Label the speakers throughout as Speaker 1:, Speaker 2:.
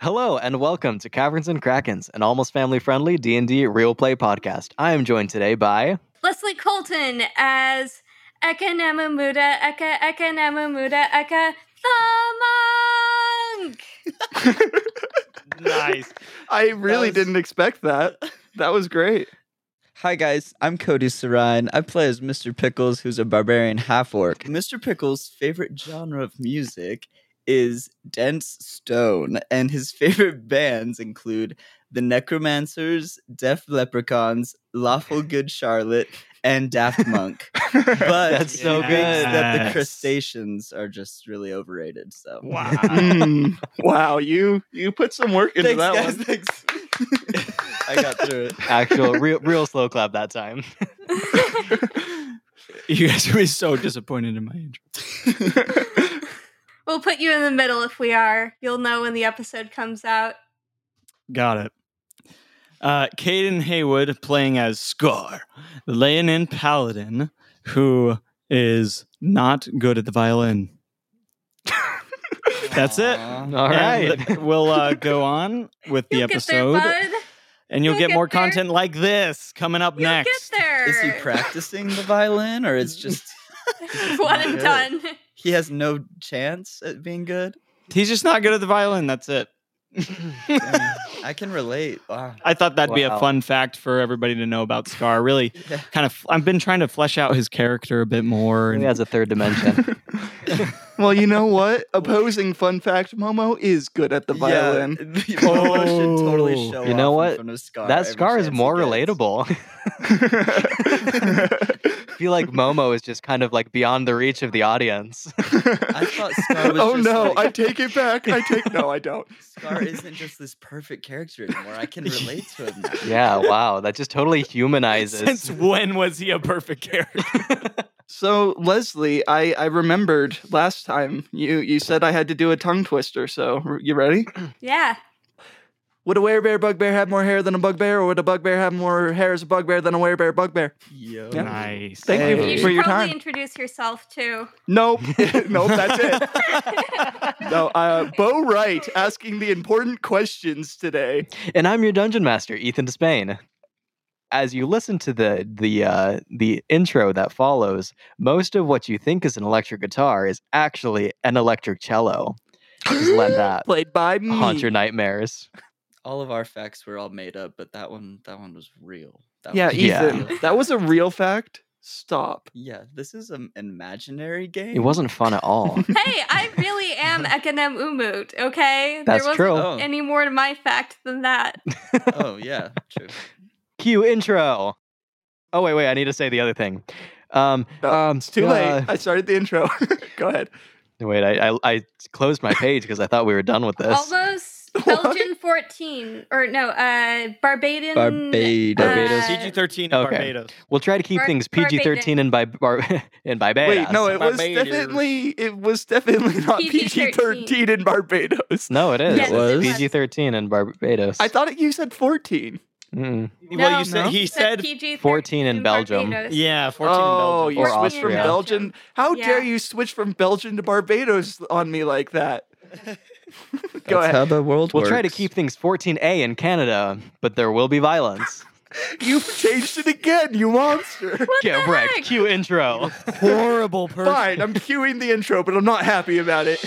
Speaker 1: Hello and welcome to Caverns and Krakens, an almost family-friendly D&D real play podcast. I am joined today by
Speaker 2: Leslie Colton as Eka Namamuda, Eka Eka Namamuda, Eka the monk.
Speaker 3: nice.
Speaker 4: I really
Speaker 3: was-
Speaker 4: didn't expect that. That was great.
Speaker 5: Hi guys, I'm Cody Sarine. I play as Mr. Pickles, who's a barbarian half orc. Mr. Pickles' favorite genre of music is dense stone, and his favorite bands include the Necromancers, Deaf Leprechauns, Lawful Good Charlotte, and Daft Monk. But
Speaker 1: That's so
Speaker 5: he thinks that the
Speaker 3: Yes.
Speaker 5: crustaceans are just really overrated. So
Speaker 3: Wow.
Speaker 4: wow, you you put some work into
Speaker 5: thanks, guys.
Speaker 4: that one.
Speaker 5: Thanks. I got through it.
Speaker 1: actual real real slow clap that time.
Speaker 3: you guys will be so disappointed in my intro.
Speaker 2: We'll put you in the middle if we are. You'll know when the episode comes out.
Speaker 3: Got it. Uh, Caden Haywood playing as Scar, the Leonin paladin who is not good at the violin. That's it.
Speaker 5: Aw.
Speaker 1: All right.
Speaker 3: And th- we'll uh, go on with the
Speaker 2: You'll
Speaker 3: episode,
Speaker 2: get there, bud.
Speaker 3: and you'll,
Speaker 2: You'll
Speaker 3: get,
Speaker 2: get
Speaker 3: more
Speaker 2: there.
Speaker 3: content like this coming up
Speaker 2: You'll
Speaker 3: next.
Speaker 2: get there.
Speaker 5: Is he practicing the violin, or it's just
Speaker 2: One and
Speaker 5: Good.
Speaker 2: done.
Speaker 5: he has no chance at being good?
Speaker 3: He's just not good at the violin. That's it.
Speaker 5: Dang, I can relate. ah, Wow.
Speaker 3: I thought that'd be a
Speaker 1: Wow.
Speaker 3: fun fact for everybody to know about Scar. Really,
Speaker 5: Yeah.
Speaker 3: kind of. I've been trying to flesh out his character a bit more.
Speaker 1: He
Speaker 3: and-
Speaker 1: has a third dimension.
Speaker 4: well, you know what? Opposing fun fact, Momo is good at the
Speaker 5: Yeah,
Speaker 4: violin.
Speaker 5: the Momo should totally
Speaker 3: Oh.
Speaker 5: show
Speaker 1: You know
Speaker 5: off in
Speaker 1: what?
Speaker 5: front of Scar
Speaker 1: that
Speaker 5: every
Speaker 1: scar is
Speaker 5: chance he
Speaker 1: more
Speaker 5: gets.
Speaker 1: relatable. I feel like Momo is just kind of like beyond the reach of the audience.
Speaker 5: I thought Scar was
Speaker 4: oh
Speaker 5: just
Speaker 4: no,
Speaker 5: like-
Speaker 4: I take it back. I take no, I don't.
Speaker 5: Scar isn't just this perfect character anymore. I can relate to him. Now.
Speaker 1: Yeah, wow. That just totally humanizes.
Speaker 3: Since when was he a perfect character?
Speaker 4: So Leslie, I, I remembered last time you, you said I had to do a tongue twister. So r- you ready?
Speaker 2: yeah.
Speaker 4: Would a werebear bugbear have more hair than a bugbear, or would a bugbear have more hair as a bugbear than a werebear bugbear?
Speaker 5: Yo.
Speaker 3: Nice.
Speaker 4: Thank you
Speaker 2: You
Speaker 4: Hey.
Speaker 2: should
Speaker 4: For your
Speaker 2: probably
Speaker 4: time.
Speaker 2: introduce yourself too.
Speaker 4: Nope. nope, that's it. No, uh, Bo Wright asking the important questions today.
Speaker 1: And I'm your dungeon master, Ethan Despain. As you listen to the the uh, the intro that follows, most of what you think is an electric guitar is actually an electric cello. Just let that
Speaker 4: Played by me.
Speaker 1: haunt your nightmares.
Speaker 5: All of our facts were all made up, but that one, that one was real. That
Speaker 4: Yeah,
Speaker 5: was
Speaker 1: Yeah.
Speaker 4: Ethan, that was a real fact. Stop.
Speaker 5: Yeah, this is an imaginary game.
Speaker 1: It wasn't fun at all.
Speaker 2: hey, I really am Ekanem Umut, okay?
Speaker 1: That's
Speaker 2: there wasn't
Speaker 1: true.
Speaker 5: Oh.
Speaker 2: any more to my fact than that.
Speaker 5: Oh yeah, true.
Speaker 1: Cue intro. Oh wait, wait. I need to say the other thing. Um,
Speaker 4: No,
Speaker 1: um,
Speaker 4: It's too
Speaker 1: uh,
Speaker 4: late. I started the intro. Go ahead.
Speaker 1: wait, I, I I closed my page because I thought we were done with this.
Speaker 2: All those Belgian 14, or no, uh, Barbadian.
Speaker 5: Barbados.
Speaker 2: Barbados. Uh,
Speaker 3: CG thirteen
Speaker 1: Okay.
Speaker 3: Barbados.
Speaker 1: We'll try to keep
Speaker 2: Bar-
Speaker 1: things PG-13 and by bar and by
Speaker 4: Wait, no, it was
Speaker 3: Barbados.
Speaker 4: definitely it was definitely not PG
Speaker 2: PG-13.
Speaker 4: thirteen in Barbados.
Speaker 1: No, it is.
Speaker 2: Yes,
Speaker 5: it was.
Speaker 1: PG-13 in Barbados.
Speaker 4: I thought it, you said fourteen.
Speaker 1: Mm.
Speaker 3: well,
Speaker 2: No.
Speaker 3: you said
Speaker 4: No?
Speaker 3: he said
Speaker 2: PG-13
Speaker 1: 14 in Belgium.
Speaker 2: Barbados.
Speaker 3: yeah, fourteen.
Speaker 4: Oh,
Speaker 3: in
Speaker 4: you
Speaker 1: Or
Speaker 3: Belgium.
Speaker 4: switched from
Speaker 1: Austria.
Speaker 4: Belgian. How dare
Speaker 2: Yeah.
Speaker 4: you switch from Belgian to Barbados on me like that? Go
Speaker 5: That's
Speaker 4: ahead.
Speaker 5: how the world
Speaker 1: We'll try to
Speaker 5: works.
Speaker 1: keep things 14A in Canada, but there will be violence.
Speaker 4: You've changed it again, you monster.
Speaker 2: What
Speaker 1: Get
Speaker 2: the
Speaker 1: wrecked.
Speaker 2: heck?
Speaker 1: Cue intro.
Speaker 3: horrible person.
Speaker 4: Fine, I'm cueing the intro, but I'm not happy about it.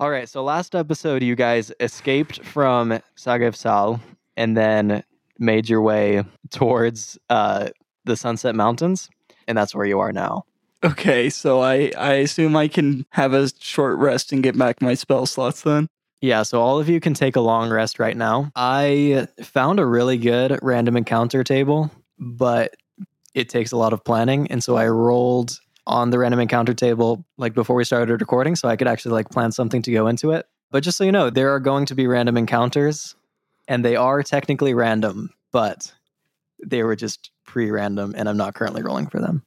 Speaker 1: All right, so last episode, you guys escaped from Sagevsal and then made your way towards uh, the Sunset Mountains, and that's where you are now.
Speaker 4: Okay, so I I assume I can have a short rest and get back my spell slots then.
Speaker 1: Yeah, so all of you can take a long rest right now. I found a really good random encounter table, but it takes a lot of planning. And so I rolled on the random encounter table like before we started recording so I could actually like plan something to go into it. But just so you know, there are going to be random encounters and they are technically random, but they were just pre random and I'm not currently rolling for them.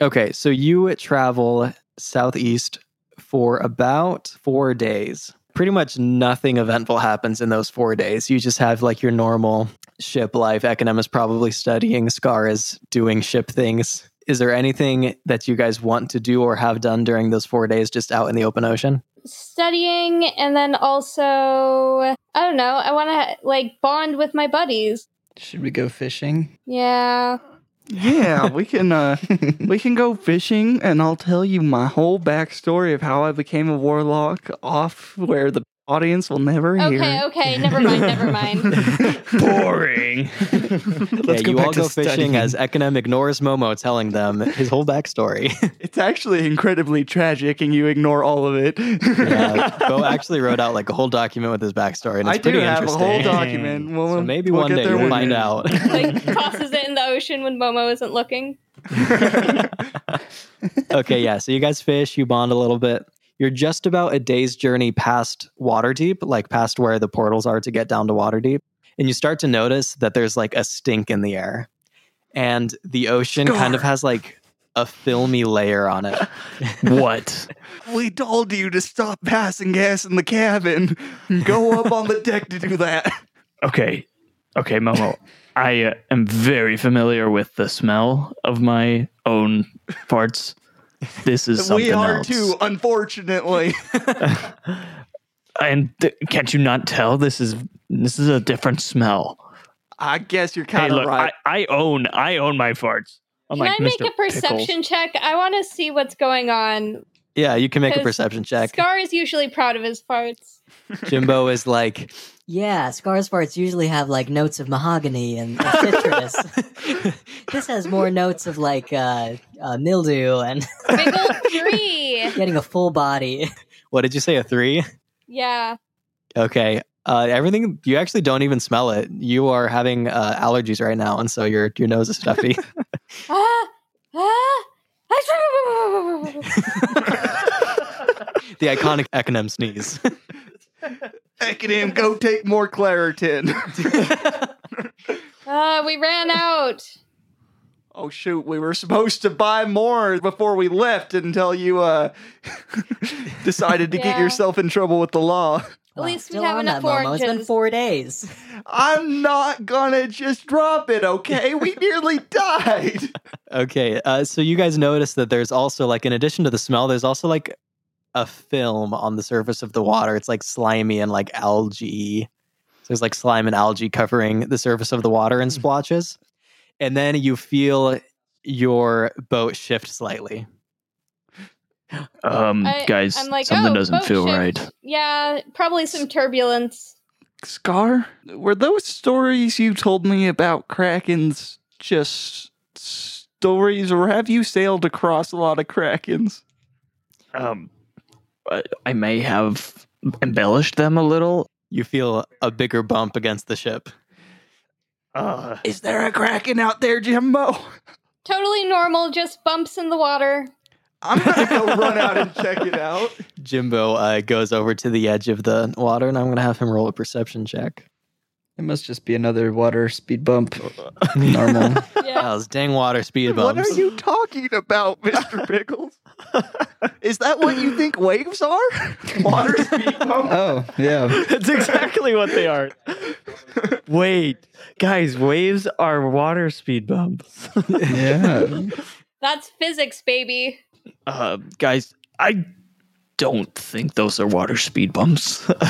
Speaker 1: Okay, so you travel southeast for about four days. Pretty much nothing eventful happens in those four days. You just have like your normal ship life. Econom is probably studying, Scar is doing ship things. Is there anything that you guys want to do or have done during those four days just out in the open ocean?
Speaker 2: Studying and then also I don't know, I wanna like bond with my buddies.
Speaker 5: Should we go fishing?
Speaker 2: Yeah.
Speaker 4: Yeah, we can uh we can go fishing and I'll tell you my whole backstory of how I became a warlock off where the audience will never hear.
Speaker 2: Okay, okay, never mind, never mind.
Speaker 3: Boring.
Speaker 5: Let's
Speaker 1: yeah,
Speaker 5: go
Speaker 1: you
Speaker 5: back
Speaker 1: all
Speaker 5: to
Speaker 1: go fishing
Speaker 5: studying.
Speaker 1: as Econom ignores Momo telling them his whole backstory.
Speaker 4: It's actually incredibly tragic and you ignore all of it.
Speaker 1: yeah, Bo actually wrote out like a whole document with his backstory, and it's
Speaker 4: I do
Speaker 1: pretty
Speaker 4: have a
Speaker 1: interesting.
Speaker 4: whole
Speaker 3: doc-
Speaker 4: document. We'll,
Speaker 1: so maybe
Speaker 4: we'll
Speaker 1: one
Speaker 4: get
Speaker 1: day
Speaker 4: there
Speaker 1: you'll
Speaker 4: one
Speaker 1: find
Speaker 4: day.
Speaker 1: out.
Speaker 2: like tosses it in the ocean when Momo isn't looking.
Speaker 1: okay, yeah. So you guys fish, you bond a little bit. You're just about a day's journey past Waterdeep, like past where the portals are to get down to Waterdeep. And you start to notice that there's like a stink in the air. And the ocean kind of has like a filmy layer on it.
Speaker 3: what?
Speaker 4: We told you to stop passing gas in the cabin. Go up on the deck to do that.
Speaker 3: Okay. Okay, Momo. I uh, am very familiar with the smell of my own farts. This is something
Speaker 4: we are
Speaker 3: else.
Speaker 4: too, unfortunately.
Speaker 3: And th- can't you not tell? This is this is a different smell.
Speaker 4: I guess you're
Speaker 3: Hey,
Speaker 4: kind of
Speaker 3: look,
Speaker 4: right.
Speaker 3: I, I own I own my farts. I'm
Speaker 2: Can
Speaker 3: like
Speaker 2: I make
Speaker 3: Mr.
Speaker 2: a perception
Speaker 3: Pickles.
Speaker 2: check? I want to see what's going on.
Speaker 1: Yeah, you can make a
Speaker 2: 'Cause
Speaker 1: perception check.
Speaker 2: Scar is usually proud of his farts.
Speaker 1: Jimbo is like,
Speaker 6: Yeah, Scar's farts usually have like notes of mahogany and and citrus. this has more notes of like uh, uh, mildew and
Speaker 2: Big old three.
Speaker 6: getting a full body.
Speaker 1: what did you say? A three?
Speaker 2: Yeah.
Speaker 1: Okay. Uh, everything you actually don't even smell it. You are having uh, allergies right now, and so your your nose is stuffy.
Speaker 2: Ah, ah, ah,
Speaker 1: the iconic Econom sneeze.
Speaker 4: Ekadam, go take more Claritin.
Speaker 2: Ah, we ran out.
Speaker 4: oh shoot, we were supposed to buy more before we left until you uh decided to get
Speaker 2: Yeah.
Speaker 4: yourself in trouble with the law.
Speaker 2: At least we
Speaker 6: still
Speaker 2: have
Speaker 6: on
Speaker 2: enough
Speaker 6: that, Momo. It's been
Speaker 2: oranges.
Speaker 6: four days.
Speaker 4: I'm not gonna just drop it, okay? We nearly died.
Speaker 1: okay. Uh, so you guys notice that there's also like, in addition to the smell, there's also like a film on the surface of the water. It's like slimy and like algae. So there's like slime and algae covering the surface of the water
Speaker 4: Hmm.
Speaker 1: in splotches, and then you feel your boat shift slightly.
Speaker 3: Um,
Speaker 2: I-
Speaker 3: guys,
Speaker 2: I'm like,
Speaker 3: something
Speaker 2: oh,
Speaker 3: doesn't
Speaker 2: boat
Speaker 3: feel
Speaker 2: shift.
Speaker 3: right.
Speaker 2: Yeah, probably some turbulence.
Speaker 4: Scar, were those stories you told me about krakens just stories, or have you sailed across a lot of krakens?
Speaker 3: Um, I, I may have embellished them a little.
Speaker 1: You feel a bigger bump against the ship.
Speaker 3: Uh,
Speaker 4: Is there a kraken out there, Jimbo?
Speaker 2: Totally normal, just bumps in the water.
Speaker 4: I'm gonna go run out and check it out.
Speaker 1: Jimbo uh, goes over to the edge of the water, and I'm going to have him roll a perception check.
Speaker 5: It must just be another water speed bump. Normal.
Speaker 2: Yeah.
Speaker 1: Those dang water speed
Speaker 4: What
Speaker 1: bumps.
Speaker 4: are you talking about, Mr. Pickles? Is that what you think waves are? Water speed bump?
Speaker 5: oh, yeah.
Speaker 3: That's exactly what they are. Wait, guys, waves are water speed bumps.
Speaker 5: Yeah.
Speaker 2: That's physics, baby.
Speaker 3: uh, guys, I don't think those are water speed bumps.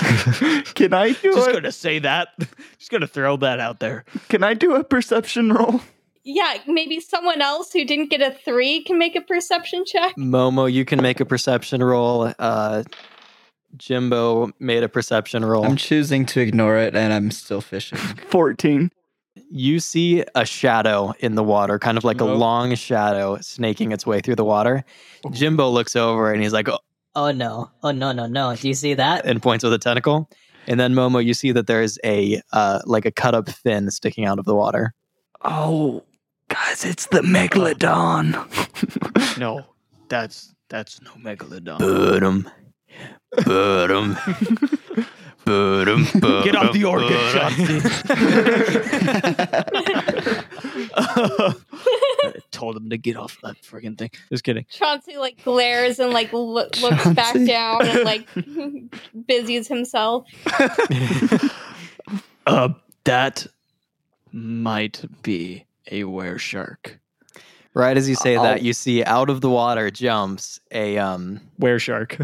Speaker 4: Can I do
Speaker 3: Just
Speaker 4: a
Speaker 3: gonna say that. Just gonna throw that out there.
Speaker 4: can I do a perception roll?
Speaker 2: Yeah, maybe someone else who didn't get a three can make a perception check.
Speaker 1: Momo, you can make a perception roll. Uh, Jimbo made a perception roll.
Speaker 5: I'm choosing to ignore it and I'm still fishing.
Speaker 4: 14.
Speaker 1: you see a shadow in the water, kind of like a
Speaker 3: Nope.
Speaker 1: long shadow snaking its way through the water. Jimbo looks over and he's like, "Oh,"
Speaker 6: Oh no! Oh no! No no! Do you see that?
Speaker 1: and points with a tentacle. And then Momo, you see that there is a uh, like a cut up fin sticking out of the water.
Speaker 4: Oh, guys, it's the megalodon.
Speaker 3: No, that's that's no megalodon.
Speaker 1: Boom. Boom. Boom.
Speaker 3: Get off the organ, Chauncey. told him to get off that freaking thing. Just kidding.
Speaker 2: Chauncey like glares and like lo- looks back
Speaker 5: Chauncey.
Speaker 2: down and like busies himself.
Speaker 3: Uh, that might be a were shark.
Speaker 1: Right as you say
Speaker 5: Ow.
Speaker 1: that, you see out of the water jumps a um
Speaker 3: Were shark.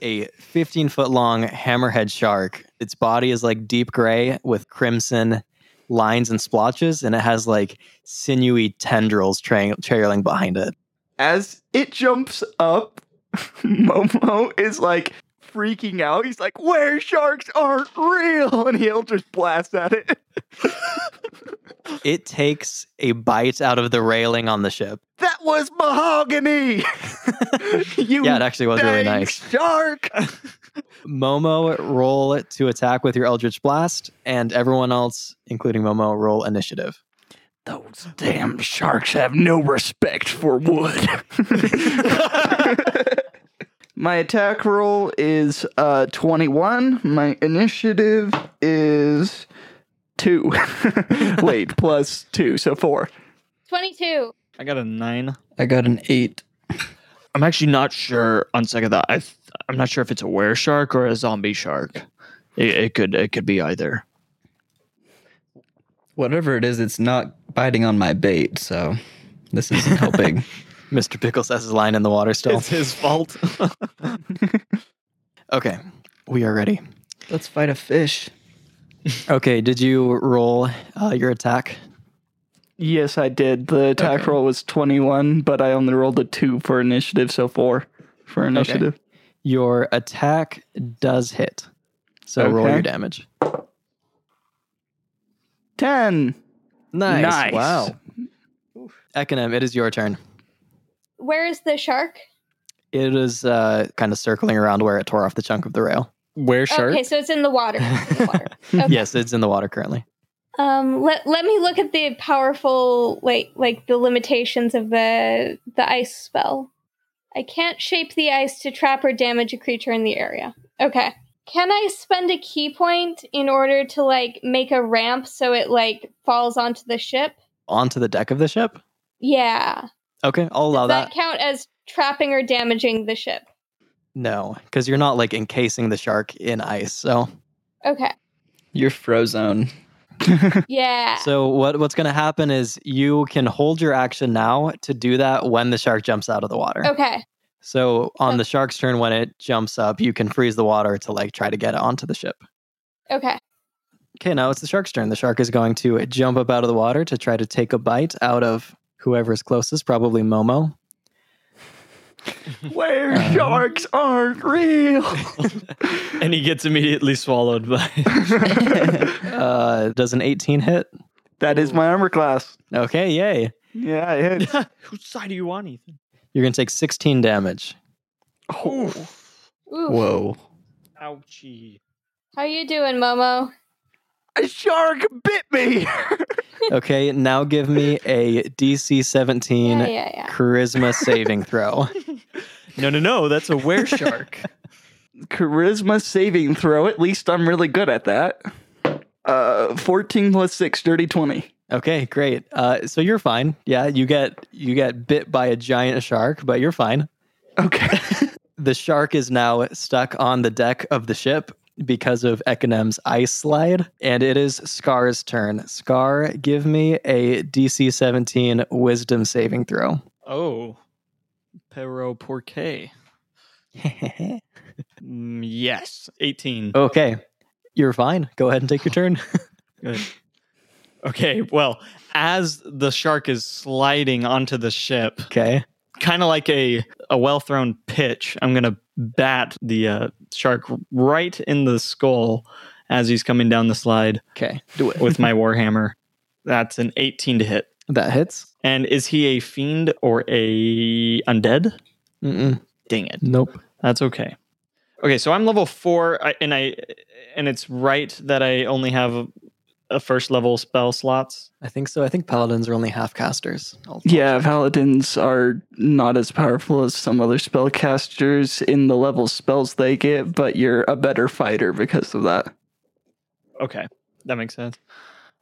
Speaker 1: a 15 foot long hammerhead shark. Its body is like deep gray with crimson lines and splotches, and it has like sinewy tendrils tra- trailing behind it.
Speaker 4: As it jumps up, Momo is like freaking out. He's like, "Where sharks aren't real," and he'll just blast at it.
Speaker 1: It takes a bite out of the railing on the ship.
Speaker 4: that was mahogany. you
Speaker 1: Yeah, it actually was really
Speaker 4: dang
Speaker 1: nice.
Speaker 4: shark.
Speaker 1: Momo, roll it to attack with your Eldritch Blast, and everyone else, including Momo, roll initiative.
Speaker 4: Those damn sharks have no respect for wood. My attack roll is uh, 21. My initiative is 2. Wait, plus 2, so 4.
Speaker 2: Twenty two.
Speaker 3: I got a nine.
Speaker 5: I got an eight.
Speaker 3: I'm actually not sure on second thought. I th- I'm not sure if it's a were shark or a zombie shark. It, it could it could be either.
Speaker 5: Whatever it is, it's not biting on my bait, so this isn't helping.
Speaker 1: Mr. Pickles has his line in the water still.
Speaker 3: his fault.
Speaker 1: Okay, we are ready.
Speaker 5: Let's fight a fish.
Speaker 1: Okay, did you roll uh, your attack?
Speaker 4: Yes, I did. The attack roll was 21, but I only rolled a 2 for initiative, so 4 for initiative.
Speaker 1: Your attack does hit. So roll
Speaker 4: Okay.
Speaker 1: your damage.
Speaker 4: 10.
Speaker 1: Nice.
Speaker 4: Nice.
Speaker 1: Wow. Ekonom, it is your turn.
Speaker 2: Where is the shark?
Speaker 1: It is uh, kind of circling around where it tore off the chunk of the rail.
Speaker 3: were shark.
Speaker 2: Okay, so it's in the water. It's in the water. Okay.
Speaker 1: Yes, it's in the water currently.
Speaker 2: Um, let let me look at the powerful like like the limitations of the the ice spell. I can't shape the ice to trap or damage a creature in the area. Okay. Can I spend a key point in order to like make a ramp so it like falls onto the ship?
Speaker 1: Onto the deck of the ship.
Speaker 2: Yeah.
Speaker 1: Okay, I'll allow
Speaker 2: Does that
Speaker 1: that.
Speaker 2: count as trapping or damaging the ship?
Speaker 1: No, because you're not like encasing the shark in ice. So,
Speaker 2: Okay.
Speaker 5: You're frozone.
Speaker 2: Yeah.
Speaker 1: so what what's going to happen is you can hold your action now to do that when the shark jumps out of the water.
Speaker 2: okay.
Speaker 1: So on
Speaker 2: Okay.
Speaker 1: the shark's turn, when it jumps up, you can freeze the water to like try to get it onto the ship.
Speaker 2: Okay.
Speaker 1: Okay, now it's the shark's turn. The shark is going to jump up out of the water to try to take a bite out of whoever's closest, probably Momo.
Speaker 4: Where sharks aren't real.
Speaker 3: and he gets immediately swallowed by.
Speaker 1: Uh, does an 18 hit?
Speaker 4: that is my armor class.
Speaker 1: Okay, yay.
Speaker 4: Yeah, it hits.
Speaker 3: Whose side are you on, Ethan?
Speaker 1: You're going to take 16 damage.
Speaker 4: Oh.
Speaker 2: Ooh.
Speaker 5: Whoa.
Speaker 3: Ouchie.
Speaker 2: How you doing, Momo?
Speaker 4: A shark bit me.
Speaker 1: Okay, now give me a DC 17
Speaker 2: Yeah, yeah, yeah.
Speaker 1: charisma saving throw.
Speaker 3: No, no, no. That's a were shark.
Speaker 4: Charisma saving throw. At least I'm really good at that. Uh, 14 plus 6, dirty 20.
Speaker 1: Okay, great. Uh, so you're fine. Yeah, you get you get bit by a giant shark, but you're fine.
Speaker 4: Okay.
Speaker 1: The shark is now stuck on the deck of the ship because of Ekonem's ice slide, and it is Scar's turn. Scar, give me a DC 17 wisdom saving throw.
Speaker 3: oh, pero porque? Mm, yes, eighteen.
Speaker 1: okay, you're fine. Go ahead and take your turn.
Speaker 3: Good. Okay, well, as the shark is sliding onto the ship,
Speaker 1: Okay,
Speaker 3: kind of like a, a well thrown pitch, I'm going to bat the uh, shark right in the skull as he's coming down the slide
Speaker 1: okay,
Speaker 3: with my Warhammer. That's an 18 to hit.
Speaker 1: that hits.
Speaker 3: And is he a fiend or a undead?
Speaker 1: Mm-mm.
Speaker 3: Dang it.
Speaker 1: Nope.
Speaker 3: That's okay. Okay, so I'm level four, I- and I and it's right that I only have a first level spell slots.
Speaker 1: I think so. I think paladins are only half casters. I'll-
Speaker 4: yeah, paladins are not as powerful as some other spellcasters in the level spells they get, but you're a better fighter because of that.
Speaker 3: Okay, that makes sense.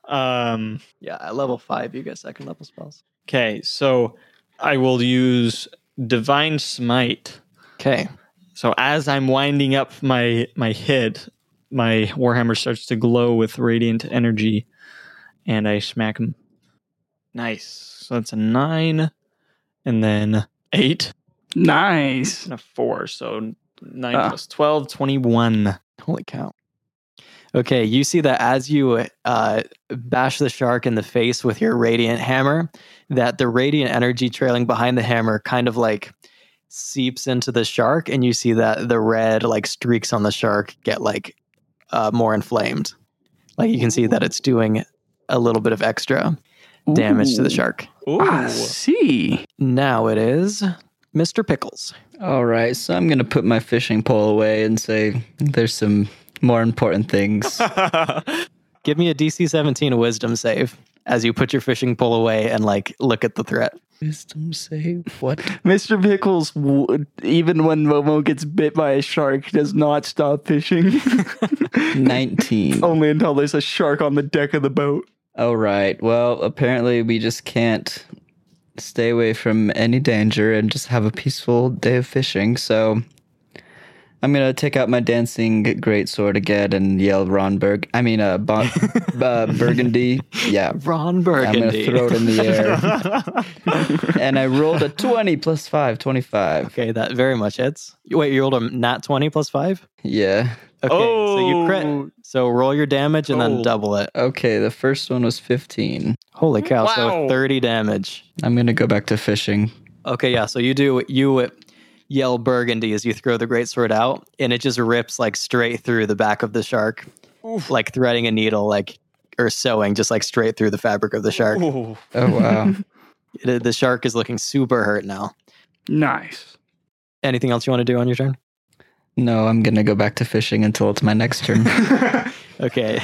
Speaker 3: Um,
Speaker 1: Yeah, at level five, you get second level spells.
Speaker 3: okay, so I will use Divine Smite.
Speaker 1: Okay.
Speaker 3: So as I'm winding up my my head, my warhammer starts to glow with radiant energy, and I smack him. Nice. So that's a nine, and then eight
Speaker 4: Nice.
Speaker 3: and a four. So nine
Speaker 4: Ah.
Speaker 3: plus 12, 21.
Speaker 1: Holy cow. Okay, you see that as you uh, bash the shark in the face with your radiant hammer, that the radiant energy trailing behind the hammer kind of like seeps into the shark, and you see that the red like streaks on the shark get like uh, more inflamed. Like you can see that it's doing a little bit of extra damage to the
Speaker 4: Ooh. Ah,
Speaker 1: shark.
Speaker 3: Ooh.
Speaker 4: I see.
Speaker 1: Now it is Mr. Pickles.
Speaker 5: All right, so I'm gonna put my fishing pole away and say there's some more important things.
Speaker 1: Give me a DC 17 wisdom save as you put your fishing pole away and like look at the threat.
Speaker 5: Wisdom save. What?
Speaker 4: Mr. Pickles, w- even when Momo gets bit by a shark, does not stop fishing.
Speaker 5: Nineteen.
Speaker 4: Only until there's a shark on the deck of the boat.
Speaker 5: All right. Well, apparently we just can't stay away from any danger and just have a peaceful day of fishing. So I'm gonna take out my dancing greatsword again and yell Ronberg. I mean, uh, bon- uh Burgundy. Yeah.
Speaker 1: Ron
Speaker 5: I'm gonna
Speaker 1: Burgundy.
Speaker 5: throw it in the air. and I rolled a 20 plus 5, 25.
Speaker 1: okay, that very much hits. Wait, you rolled a nat 20 plus 5?
Speaker 5: Yeah.
Speaker 1: Okay, so you
Speaker 3: Oh.
Speaker 1: crit. So roll your damage and
Speaker 3: Oh.
Speaker 1: then double it.
Speaker 5: Okay, the first one was 15.
Speaker 1: Holy cow,
Speaker 3: Wow.
Speaker 1: so 30 damage.
Speaker 5: I'm gonna go back to fishing.
Speaker 1: Okay, yeah, so you do you yell Burgundy as you throw the greatsword out and it just rips like straight through the back of the shark. Like threading a needle like or sewing just like straight through the fabric of the shark.
Speaker 3: Ooh.
Speaker 5: Oh wow.
Speaker 1: The- the shark is looking super hurt now.
Speaker 4: Nice.
Speaker 1: Anything else you want to do on your turn?
Speaker 5: no, I'm gonna go back to fishing until it's my next turn.
Speaker 1: Okay.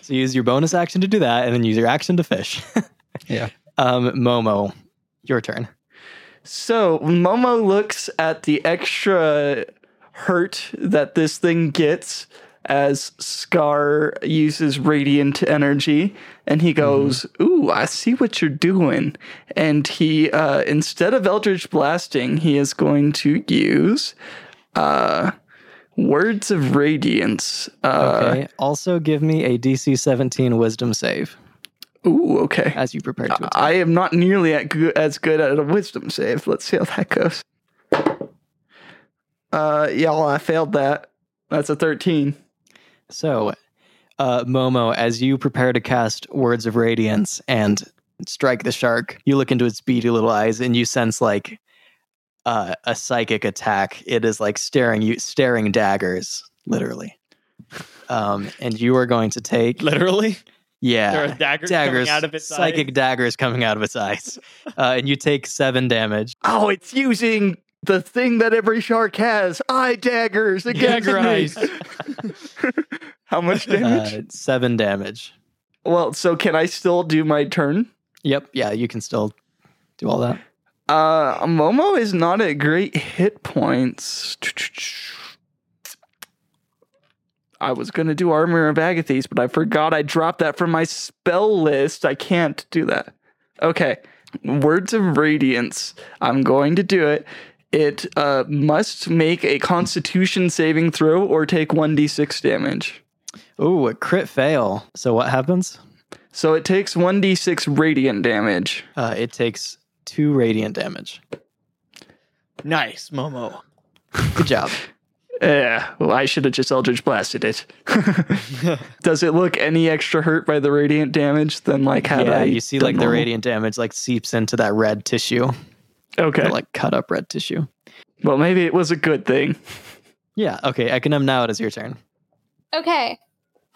Speaker 1: so use your bonus action to do that and then use your action to fish.
Speaker 5: Yeah.
Speaker 1: Um, Momo, your turn.
Speaker 4: So Momo looks at the extra hurt that this thing gets as Scar uses radiant energy, and he goes, "Ooh, I see what you're doing." And he, uh, instead of Eldritch blasting, he is going to use uh, words of radiance. Uh,
Speaker 1: Okay. also give me a DC 17 wisdom save
Speaker 4: Ooh, okay.
Speaker 1: as you prepare to attack.
Speaker 4: I am not nearly at goo- as good at a wisdom save. Let's see how that goes. Uh, y'all, I failed that. That's a thirteen.
Speaker 1: So, uh, Momo, as you prepare to cast Words of Radiance and strike the shark, you look into its beady little eyes and you sense like uh, a psychic attack. It is like staring you, staring daggers, literally. Um, and you are going to take,
Speaker 3: Literally? There are
Speaker 1: yeah,
Speaker 3: daggers,
Speaker 1: daggers,
Speaker 3: coming out of its
Speaker 1: Ah, psychic
Speaker 3: eyes.
Speaker 1: daggers coming out of its eyes, uh, and you take seven damage.
Speaker 4: Oh, it's using the thing that every shark has: eye daggers against
Speaker 3: Dagger
Speaker 4: me.
Speaker 3: eyes.
Speaker 4: How much damage?
Speaker 1: Uh, seven damage.
Speaker 4: well, so can I still do my turn?
Speaker 1: Yep. Yeah, you can still do all that.
Speaker 4: Uh, Momo is not at great hit points. I was gonna do Armor of Agathys, but I forgot I dropped that from my spell list. I can't do that. Okay, Words of Radiance. I'm going to do it. It uh, must make a Constitution saving throw or take 1d6 damage.
Speaker 1: Ooh, a crit fail. So what happens?
Speaker 4: So it takes 1d6 radiant damage.
Speaker 1: Uh, it takes two radiant damage.
Speaker 3: Nice, Momo.
Speaker 1: Good job.
Speaker 4: Yeah, well, I should have just Eldritch blasted it. Does it look any extra hurt by the radiant damage than like had
Speaker 1: yeah,
Speaker 4: I?
Speaker 1: Uh, you see,
Speaker 4: done
Speaker 1: like the
Speaker 4: normal?
Speaker 1: radiant damage like seeps into that red tissue,
Speaker 4: Okay,
Speaker 1: the, like cut up red tissue.
Speaker 4: well maybe it was a good thing.
Speaker 1: Yeah. Okay, Econom. Now it is your turn.
Speaker 2: Okay.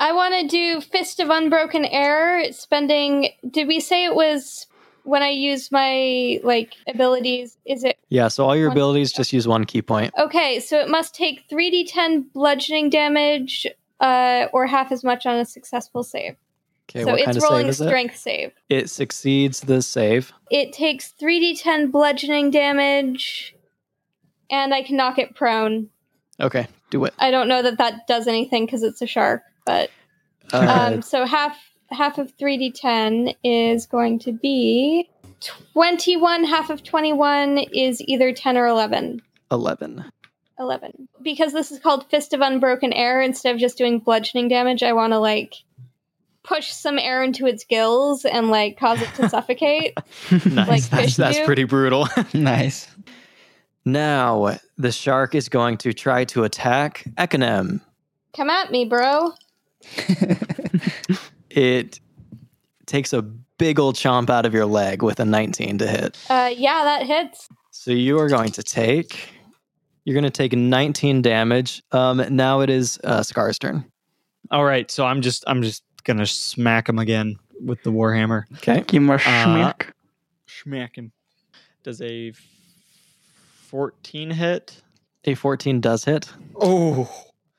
Speaker 2: I want to do Fist of Unbroken Air, spending. Did we say it was when I use my, like, abilities? Is it.
Speaker 1: Yeah. So all your
Speaker 2: One-
Speaker 1: abilities just use one key point.
Speaker 2: Okay, so it must take 3d10 bludgeoning damage uh, or half as much on a successful save.
Speaker 1: Okay.
Speaker 2: so
Speaker 1: what
Speaker 2: it's
Speaker 1: kind of
Speaker 2: rolling
Speaker 1: save is
Speaker 2: a
Speaker 1: it?
Speaker 2: strength save.
Speaker 1: It succeeds the save.
Speaker 2: It takes 3d10 bludgeoning damage, and I can knock it prone.
Speaker 1: Okay. Do it.
Speaker 2: I don't know that that does anything because it's a shark, but.
Speaker 1: Uh,
Speaker 2: Um, so half half of 3d10 is going to be 21. Half of 21 is either 10 or 11.
Speaker 1: 11.
Speaker 2: 11. Because this is called Fist of Unbroken Air, instead of just doing bludgeoning damage, I want to like push some air into its gills and like cause it to suffocate. Like
Speaker 1: Nice.
Speaker 2: fish
Speaker 1: that's, that's
Speaker 2: do?
Speaker 1: pretty brutal.
Speaker 5: nice.
Speaker 1: now, the shark is going to try to attack Ekinem.
Speaker 2: Come at me, bro.
Speaker 1: It takes a big old chomp out of your leg with a 19 to hit.
Speaker 2: Uh, yeah, that hits.
Speaker 1: So you are going to take. You're going to take 19 damage. Um, now it is uh, Scar's turn.
Speaker 3: All right, so I'm just I'm just gonna smack him again with the warhammer.
Speaker 1: Okay.
Speaker 4: Give him a schmack.
Speaker 3: Smack him. Does a f- fourteen hit?
Speaker 1: A 14 does hit.
Speaker 3: Oh,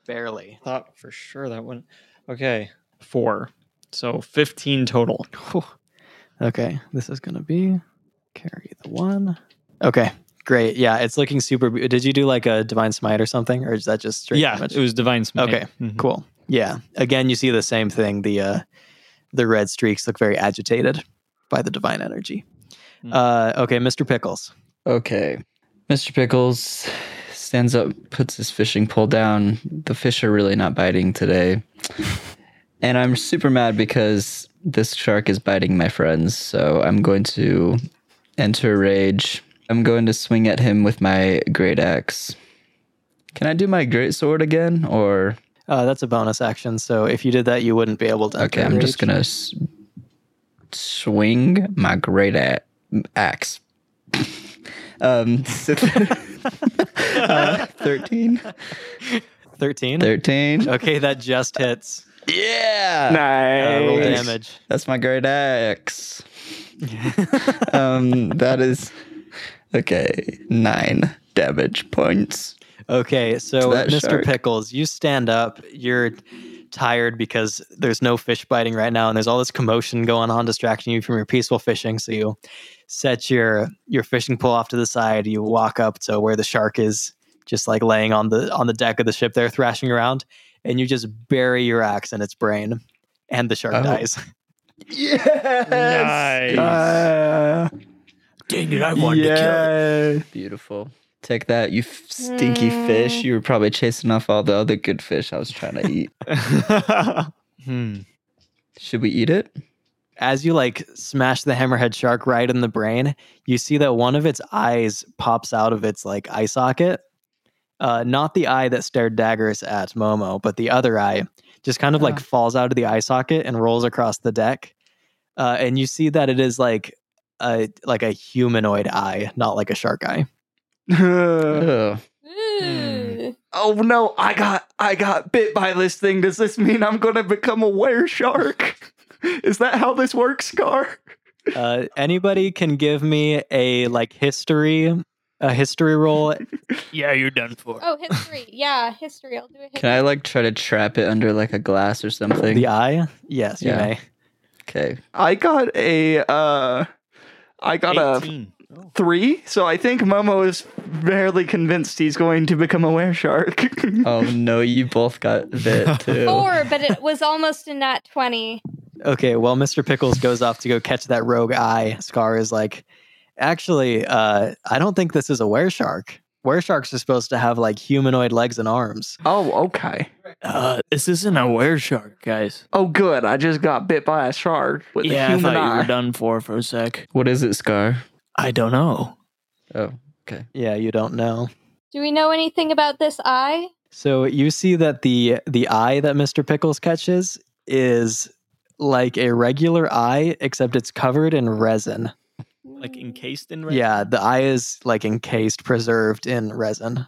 Speaker 1: Barely.
Speaker 3: thought for sure that one. Okay, four. So fifteen total.
Speaker 1: Okay. This is going to be carry the one. Okay. Great. Yeah. It's looking super. be- Did you do like a divine smite or something? Or is that just straight
Speaker 3: yeah,
Speaker 1: damage?
Speaker 3: it was divine smite.
Speaker 1: Okay,
Speaker 3: Mhm.
Speaker 1: Cool. Yeah. Again, you see the same thing. The uh, the red streaks look very agitated by the divine energy.
Speaker 3: Hmm.
Speaker 1: Uh, okay, Mr. Pickles.
Speaker 5: Okay. Mr. Pickles stands up, puts his fishing pole down. The fish are really not biting today. And I'm super mad because this shark is biting my friends. So I'm going to enter rage. I'm going to swing at him with my great axe. Can I do my great sword again? Or.
Speaker 1: Uh, that's a bonus action. So if you did that, you wouldn't be able to.
Speaker 5: Okay, I'm just going to s- swing my great a- axe. um, so- uh, 13.
Speaker 1: thirteen.
Speaker 5: 13.
Speaker 1: Okay, that just hits.
Speaker 5: Yeah.
Speaker 1: Uh, roll
Speaker 4: Nice.
Speaker 1: damage.
Speaker 5: That's my great axe. um, that is okay. Nine damage points.
Speaker 1: Okay, so
Speaker 5: To that
Speaker 1: Mr.
Speaker 5: shark.
Speaker 1: Pickles, you stand up. You're tired because there's no fish biting right now, and there's all this commotion going on, distracting you from your peaceful fishing. So you set your your fishing pole off to the side. You walk up to where the shark is, just like laying on the on the deck of the ship, there thrashing around, and you just bury your axe in its brain, and the shark
Speaker 5: Oh.
Speaker 1: dies.
Speaker 3: Nice.
Speaker 4: Uh,
Speaker 1: Dang it! I
Speaker 4: yeah.
Speaker 5: Beautiful. Take that, you f- stinky
Speaker 2: Mm.
Speaker 5: fish. You were probably chasing off all the other good fish I was trying to eat.
Speaker 3: hmm.
Speaker 5: Should we eat it?
Speaker 1: as you like smash the hammerhead shark right in the brain, you see that one of its eyes pops out of its like eye socket. Uh, not the eye that stared daggers at Momo, but the other eye just kind of like falls out of the eye socket and rolls across the deck. Uh, and you see that it is like a like a humanoid eye, not like a shark eye.
Speaker 2: Uh.
Speaker 5: Ugh.
Speaker 2: Ooh.
Speaker 4: oh no, I got I got bit by this thing. Does this mean I'm gonna become a were shark? Is that how this works, Scar?
Speaker 1: Uh, anybody can give me a like history a history roll.
Speaker 3: Yeah, you're done for.
Speaker 2: Oh, history. Yeah, history. I'll do a history.
Speaker 5: Can I like try to trap it under like a glass or something?
Speaker 1: The eye, yes,
Speaker 5: Yeah.
Speaker 1: you may.
Speaker 5: Okay.
Speaker 4: I got a uh I got a
Speaker 7: Oh.
Speaker 4: three, so I think Momo is barely convinced he's going to become a were shark.
Speaker 5: Oh no, you both got bit too.
Speaker 2: Four, but it was almost a nat 20.
Speaker 1: Okay, well, Mr. Pickles goes off to go catch that rogue eye. Scar is like, actually, uh, I don't think this is a were shark. Were sharks are supposed to have like humanoid legs and arms.
Speaker 4: oh, okay.
Speaker 7: Uh, this isn't a were shark, guys.
Speaker 4: Oh, good. I just got bit by a shark with a
Speaker 7: yeah, I
Speaker 4: human
Speaker 7: thought you
Speaker 4: eye.
Speaker 7: were done for for a sec.
Speaker 5: What is it, Scar?
Speaker 7: I don't know.
Speaker 5: Oh,
Speaker 1: Yeah, you don't know.
Speaker 2: Do we know anything about this eye?
Speaker 1: So you see that the the eye that Mr. Pickles catches is like a regular eye, except it's covered in resin.
Speaker 3: Like encased in.
Speaker 1: Yeah, the eye is like encased, preserved in resin,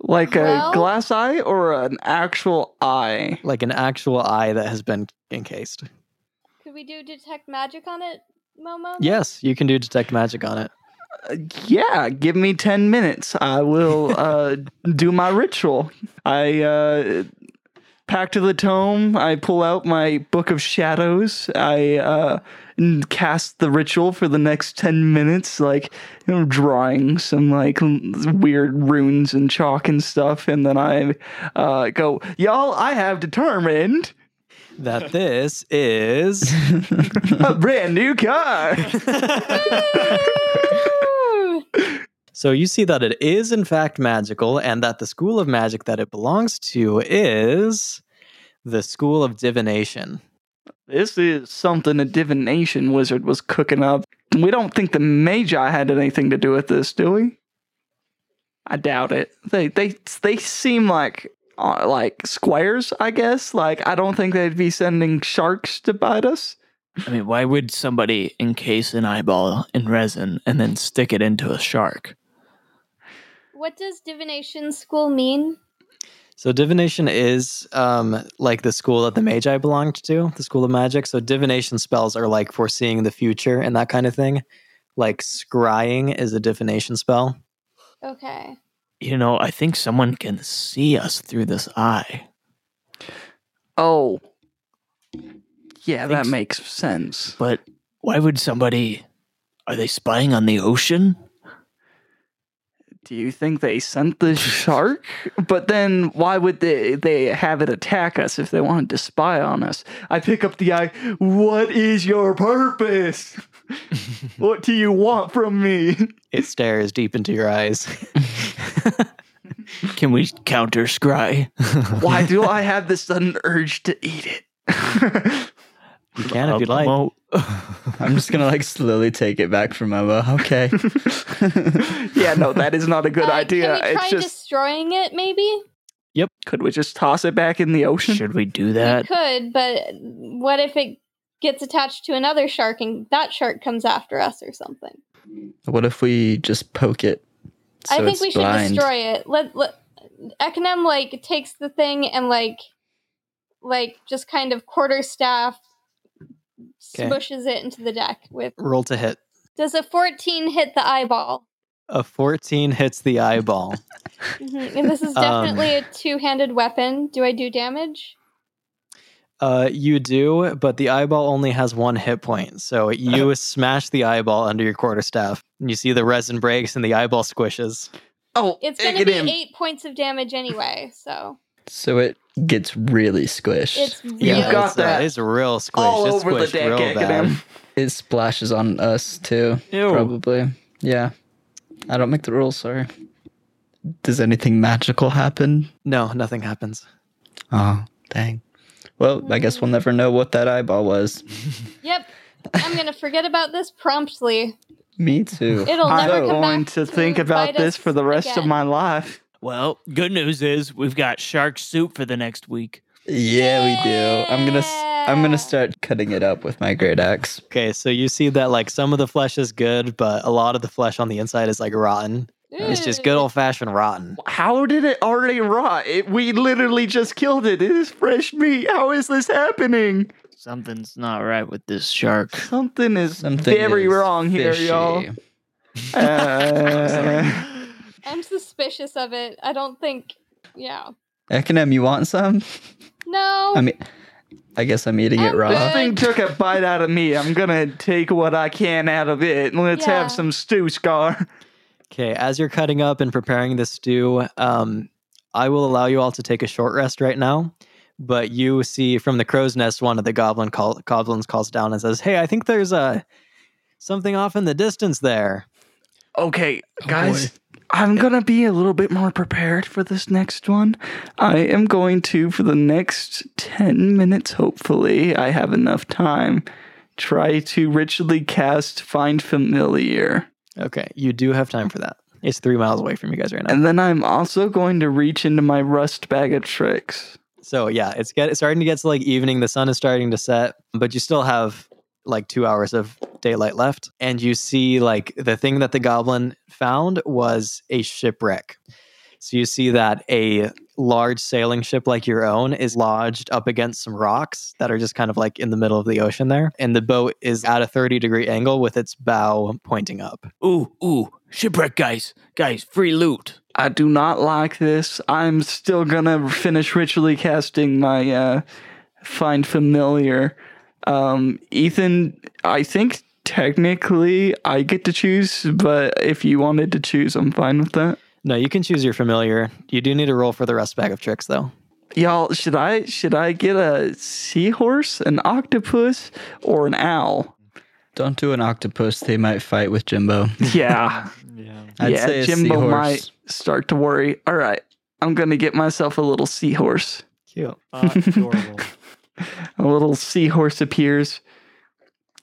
Speaker 4: Like a
Speaker 2: Well-
Speaker 4: glass eye or an actual eye?
Speaker 1: like an actual eye that has been encased.
Speaker 2: Could we do detect magic on it, Momo?
Speaker 1: Yes, you can do detect magic on it.
Speaker 4: Uh, yeah, give me 10 minutes. I will uh, do my ritual. I uh, pack to the tome. I pull out my book of shadows. I uh, n- cast the ritual for the next 10 minutes, like you know, drawing some like l- weird runes and chalk and stuff. And then I uh, go, Y'all, I have determined
Speaker 1: that this is
Speaker 4: a brand new car.
Speaker 2: Woo!
Speaker 1: So you see that it is in fact magical, and that the school of magic that it belongs to is the school of divination.
Speaker 4: This is something a divination wizard was cooking up. We don't think the Magi had anything to do with this, do we? I doubt it. They they they seem like uh, like squares, I guess. Like I don't think they'd be sending sharks to bite us.
Speaker 7: I mean, why would somebody encase an eyeball in resin and then stick it into a shark?
Speaker 2: What does divination school mean?
Speaker 1: So divination is um, like the school that the magi belonged to, the school of magic. So divination spells are like foreseeing the future and that kind of thing. Like scrying is a divination spell.
Speaker 2: Okay.
Speaker 7: You know, I think someone can see us through this eye.
Speaker 4: Oh, yeah, that
Speaker 7: Thanks.
Speaker 4: makes sense.
Speaker 7: But why would somebody. Are they spying on the ocean?
Speaker 4: Do you think they sent the shark? But then why would they they have it attack us if they wanted to spy on us? I pick up the eye. What is your purpose? what do you want from me?
Speaker 1: It stares deep into your eyes.
Speaker 7: Can we counter scry?
Speaker 4: Why do I have this sudden urge to eat it?
Speaker 1: You can if you'd like.
Speaker 7: Elmo-
Speaker 5: I'm just gonna like slowly take it back from Emma. Okay.
Speaker 4: yeah, no, that is not a good
Speaker 2: Uh,
Speaker 4: idea.
Speaker 2: Can we try
Speaker 4: It's just
Speaker 2: destroying it, maybe?
Speaker 4: could we just toss it back in the ocean?
Speaker 7: Should we do
Speaker 2: We
Speaker 7: that?
Speaker 2: could, but what if it gets attached to another shark and that shark comes after us or something?
Speaker 5: what if we just poke it?
Speaker 2: I
Speaker 5: so
Speaker 2: think
Speaker 5: it's
Speaker 2: we should
Speaker 5: blind?
Speaker 2: destroy it. Let, let Ekinem like takes the thing and like like just kind of quarter staff
Speaker 1: Okay.
Speaker 2: smushes it into the deck with
Speaker 1: Roll to hit.
Speaker 2: does a 14 hit the eyeball
Speaker 1: A 14 hits the eyeball.
Speaker 2: Mhm. and this is
Speaker 1: Um.
Speaker 2: definitely a two-handed weapon do i do damage
Speaker 1: Uh, you do, but the eyeball only has one hit point. So you smash the eyeball under your quarterstaff, and you see the resin breaks and the eyeball squishes.
Speaker 4: Oh,
Speaker 2: it's going to
Speaker 4: egg
Speaker 2: be
Speaker 4: it in.
Speaker 2: eight points of damage anyway so
Speaker 5: So it gets really squished.
Speaker 2: it's real
Speaker 4: You got
Speaker 1: it's, uh,
Speaker 4: that
Speaker 1: it's a real squish.
Speaker 4: all
Speaker 1: it's
Speaker 4: over the
Speaker 1: squished
Speaker 4: deck.
Speaker 1: real bad.
Speaker 4: Ekinem.
Speaker 5: it splashes on us too. Probably. Yeah. I don't make the rules, sorry. Does anything magical happen?
Speaker 1: No, nothing happens.
Speaker 5: Oh, dang. Well, I guess we'll never know what that eyeball was.
Speaker 2: yep i'm going to forget about this promptly
Speaker 5: Me too.
Speaker 2: it'll
Speaker 4: I'm
Speaker 2: never come
Speaker 4: going
Speaker 2: back
Speaker 4: to think about
Speaker 2: bite us
Speaker 4: this for the rest of
Speaker 2: again.
Speaker 4: my life.
Speaker 7: Well, good news is we've got shark soup for the next week.
Speaker 5: Yeah, we do. I'm gonna s- I'm
Speaker 2: Yeah.
Speaker 5: gonna start cutting it up with my great axe.
Speaker 1: Okay, so you see that like some of the flesh is good, but a lot of the flesh on the inside is like rotten. It's just good
Speaker 4: Mm.
Speaker 1: old
Speaker 2: Ooh.
Speaker 1: fashioned rotten.
Speaker 4: How did it already rot? It, we literally just killed it. It is fresh meat. How is this happening?
Speaker 7: Something's not right with this shark.
Speaker 4: Something is
Speaker 5: Something
Speaker 4: very
Speaker 5: is
Speaker 4: wrong here,
Speaker 5: fishy.
Speaker 4: y'all. Uh,
Speaker 2: I'm suspicious of it. I don't think. Yeah.
Speaker 5: Ekinem, you want some?
Speaker 2: No.
Speaker 5: I mean, I guess I'm eating it
Speaker 2: I'm
Speaker 5: raw.
Speaker 2: good.
Speaker 4: this thing took a bite out of me. I'm gonna take what I can out of it, and let's
Speaker 2: Yeah.
Speaker 4: have some stew, Scar.
Speaker 1: Okay, as you're cutting up and preparing the stew, um, I will allow you all to take a short rest right now. But you see from the crow's nest, one of the goblin call- goblins calls down and says, "Hey, I think there's a something off in the distance there."
Speaker 4: Okay, guys, I'm gonna be a little bit more prepared for this next one. I am going to, for the next 10 minutes, hopefully, I have enough time, try to ritually cast Find Familiar.
Speaker 1: Okay, you do have time for that. It's three miles away from you guys right now.
Speaker 4: And then I'm also going to reach into my rust bag of tricks.
Speaker 1: So yeah, it's get it's starting to get to like evening. The sun is starting to set, but you still have like two hours of daylight left. And you see like the thing that the goblin found was a shipwreck. So you see that a large sailing ship like your own is lodged up against some rocks that are just kind of like in the middle of the ocean there. And the boat is at a 30 degree angle with its bow pointing up.
Speaker 7: Ooh, ooh, shipwreck, guys, guys, free loot.
Speaker 4: I do not like this. I'm still gonna finish ritually casting my uh, find familiar. Um, Ethan, I think technically I get to choose, but if you wanted to choose, I'm fine with that.
Speaker 1: No, you can choose your familiar. You do need to roll for the rest bag of tricks though.
Speaker 4: y'all, should I should I get a seahorse, an octopus, or an owl?
Speaker 5: Don't do an octopus; they might fight with Jimbo.
Speaker 4: Yeah,
Speaker 3: Yeah.
Speaker 5: I'd
Speaker 4: yeah.
Speaker 5: say a
Speaker 4: Jimbo
Speaker 5: seahorse.
Speaker 4: might start to worry. All right, I'm gonna get myself a little seahorse.
Speaker 1: Cute.
Speaker 3: Uh, adorable.
Speaker 4: A little seahorse appears.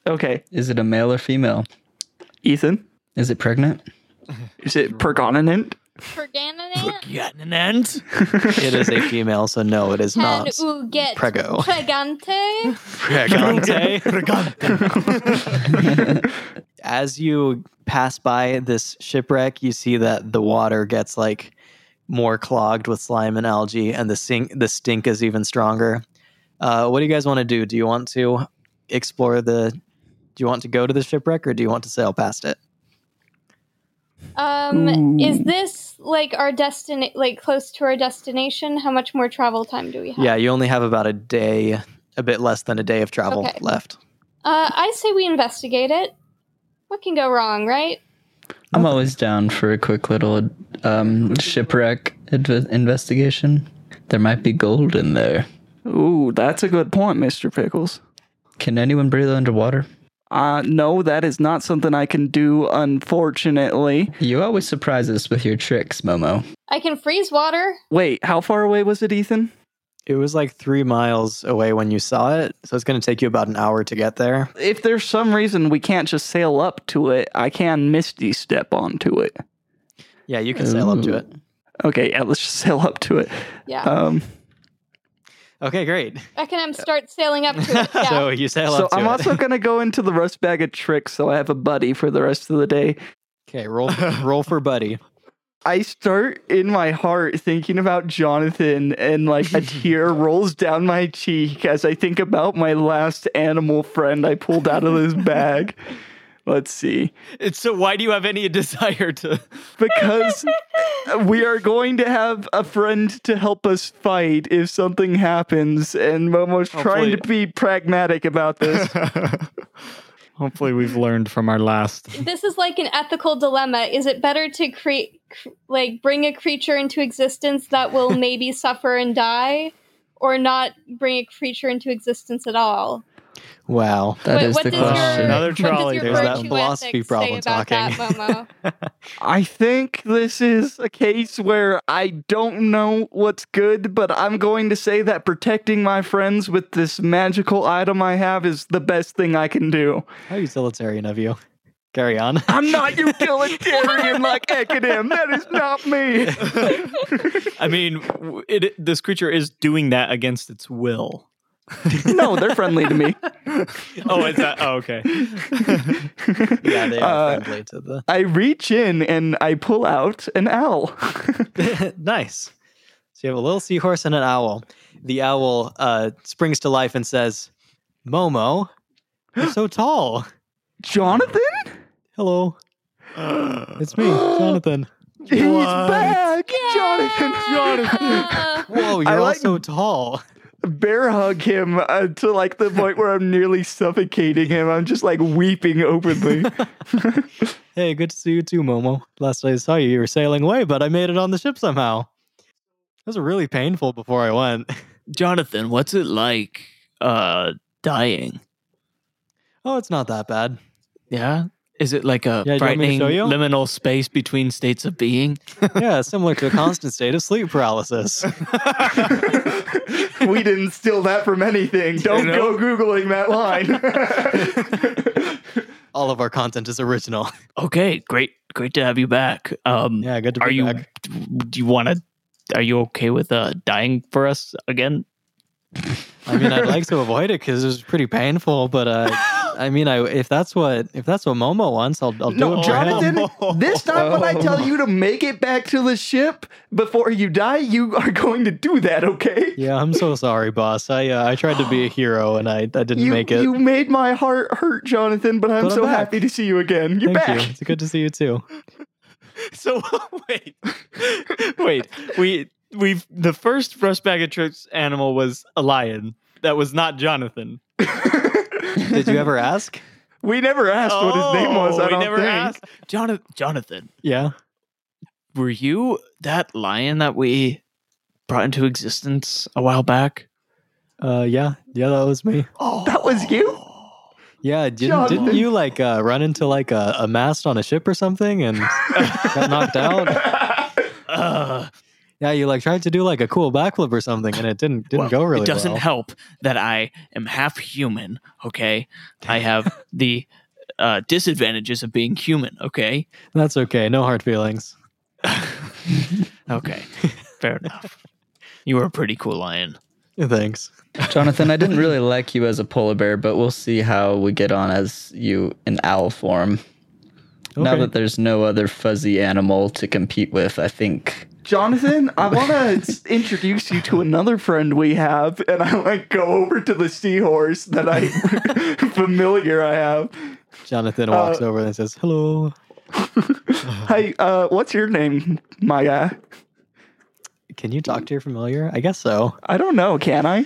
Speaker 4: Okay,
Speaker 5: Is it a male or female?
Speaker 4: Ethan,
Speaker 5: Is it pregnant?
Speaker 4: is it pergonanant?
Speaker 2: Pergananant
Speaker 7: Getting an end.
Speaker 1: It is a female, so no, it is
Speaker 2: can
Speaker 1: not.
Speaker 2: uget
Speaker 1: Prego.
Speaker 2: pregante.
Speaker 1: As you pass by this shipwreck, you see that the water gets like more clogged with slime and algae, and the sink, the stink is even stronger. Uh, what do you guys want to do? Do you want to explore the? Do you want to go to the shipwreck, or do you want to sail past it?
Speaker 2: Um, is this like our destination, like close to our destination? How much more travel time do we have?
Speaker 1: Yeah, you only have about a day, a bit less than a day of travel
Speaker 2: Okay.
Speaker 1: left.
Speaker 2: Uh, I say we investigate it. What can go wrong, right?
Speaker 5: I'm always down for a quick little um, shipwreck inve- investigation. There might be gold in there.
Speaker 4: Ooh, that's a good point, Mister Pickles.
Speaker 5: Can anyone breathe underwater?
Speaker 4: Uh, no, that is not something I can do, unfortunately.
Speaker 5: You always surprise us with your tricks, Momo.
Speaker 2: I can freeze water.
Speaker 4: Wait, how far away was it, Ethan?
Speaker 1: It was like three miles away when you saw it, so it's going to take you about an hour to get there.
Speaker 4: If there's some reason we can't just sail up to it, I can misty step onto it.
Speaker 1: Yeah, you can sail up to
Speaker 5: Ooh.
Speaker 1: it.
Speaker 4: Okay, yeah, let's just sail up to it.
Speaker 2: Yeah,
Speaker 1: Uh,
Speaker 4: Um,
Speaker 1: Okay, great.
Speaker 2: I can um, start sailing up to it. Yeah.
Speaker 1: so you sail
Speaker 4: so
Speaker 1: up to
Speaker 4: I'm
Speaker 1: it.
Speaker 4: also gonna go into the rust bag of tricks, so I have a buddy for the rest of the day.
Speaker 1: okay, roll roll for buddy.
Speaker 4: I start in my heart thinking about Jonathan, and like a tear rolls down my cheek as I think about my last animal friend I pulled out of this bag. Let's see.
Speaker 3: It's so why do you have any desire to
Speaker 4: because we are going to have a friend to help us fight if something happens and momo's trying to be pragmatic about this
Speaker 3: Hopefully we've learned from our last.
Speaker 2: This is like an ethical dilemma. Is it better to create, cr- like, bring a creature into existence that will maybe suffer and die, or not bring a creature into existence at all?
Speaker 1: Wow.
Speaker 5: That is
Speaker 2: what,
Speaker 5: the
Speaker 2: does your-
Speaker 5: question.
Speaker 3: Another
Speaker 2: what does
Speaker 3: trolley.
Speaker 2: your
Speaker 3: There's that
Speaker 2: virtue
Speaker 1: philosophy
Speaker 2: ethics say
Speaker 1: problem
Speaker 2: about that, Momo?
Speaker 4: i think this is a case where i don't know what's good but i'm going to say that protecting my friends with this magical item i have is the best thing i can do
Speaker 1: How utilitarian of you. Carry on.
Speaker 4: i'm not utilitarian like ekadem that is not me
Speaker 3: I mean, w- it this creature is doing that against its will.
Speaker 4: no they're friendly to me
Speaker 3: Oh, is that? Oh, okay.
Speaker 1: yeah, they are
Speaker 4: Uh,
Speaker 1: friendly to the.
Speaker 4: I reach in and I pull out an owl.
Speaker 1: nice. So you have a little seahorse and an owl. The owl uh, springs to life and says, "Momo, you're so tall.
Speaker 4: Jonathan?
Speaker 1: Hello, it's me, Jonathan.
Speaker 4: He's back! Jonathan!
Speaker 2: Uh,
Speaker 1: Whoa, you're all
Speaker 4: like-
Speaker 1: so tall.
Speaker 4: Bear hug him uh, to like the point where I'm nearly suffocating him. I'm just like weeping openly.
Speaker 1: Hey, good to see you too, Momo. Last I saw you, you were sailing away, but I made it on the ship somehow. It was really painful before I went.
Speaker 7: Jonathan, what's it like uh dying?
Speaker 1: Oh, it's not that bad.
Speaker 7: Yeah? Is it like a
Speaker 1: Yeah, do you want me to
Speaker 7: frightening
Speaker 1: show you?
Speaker 7: liminal space between states of being?
Speaker 1: Yeah, similar to a constant state of sleep paralysis.
Speaker 4: we didn't steal that from anything. Don't go Googling that line.
Speaker 1: All of our content is original.
Speaker 7: Okay, great great to have you back. Um
Speaker 1: Yeah, good to be
Speaker 7: are you
Speaker 1: back.
Speaker 7: do you want to are you okay with uh dying for us again?
Speaker 1: I mean, I'd like to avoid it because it was pretty painful, but uh, I mean, I if that's what if that's what Momo wants, I'll, I'll do
Speaker 4: no,
Speaker 1: it for him.
Speaker 4: Jonathan, this time when I tell you to make it back to the ship before you die, you are going to do that, okay?
Speaker 1: Yeah, I'm so sorry, boss. I uh, I tried to be a hero and I, I didn't
Speaker 4: you,
Speaker 1: make it.
Speaker 4: You made my heart hurt, Jonathan, but I'm
Speaker 1: But I'm
Speaker 4: so
Speaker 1: back.
Speaker 4: happy to see you again. You're
Speaker 1: Thank
Speaker 4: back.
Speaker 1: you. It's good to see you too.
Speaker 3: So wait, wait. We we the first rust bag of tricks animal was a lion. That was not Jonathan.
Speaker 1: Did you ever ask?
Speaker 4: We never asked what his name was.
Speaker 3: Oh,
Speaker 4: I
Speaker 3: we
Speaker 4: don't
Speaker 3: never
Speaker 4: think.
Speaker 3: asked.
Speaker 7: Jonathan, Jonathan,
Speaker 1: Yeah.
Speaker 7: were you that lion that we brought into existence a while back?
Speaker 1: Uh, yeah, yeah, that was me.
Speaker 4: That was you?
Speaker 1: Yeah, didn't,
Speaker 4: John.
Speaker 1: didn't you like uh, run into like a, a mast on a ship or something and got knocked out?
Speaker 7: Uh,
Speaker 1: Yeah, you like tried to do like a cool backflip or something and it didn't didn't
Speaker 7: well,
Speaker 1: go really
Speaker 7: It doesn't
Speaker 1: well.
Speaker 7: help that I am half human. Okay, I have the uh, disadvantages of being human. Okay,
Speaker 1: That's okay. No hard feelings.
Speaker 7: okay, fair enough. You were a pretty cool lion.
Speaker 1: Thanks.
Speaker 5: Jonathan, I didn't really like you as a polar bear, but we'll see how we get on as you in owl form. Now
Speaker 1: Okay.
Speaker 5: that there's no other fuzzy animal to compete with, I think.
Speaker 4: Jonathan, I want to introduce you to another friend we have, and I like go over to the seahorse that I familiar I have.
Speaker 1: Jonathan walks over and says, "Hello,
Speaker 4: Hey, uh, what's your name, my guy?
Speaker 1: can you talk to your familiar?" I guess so.
Speaker 4: I don't know. Can I?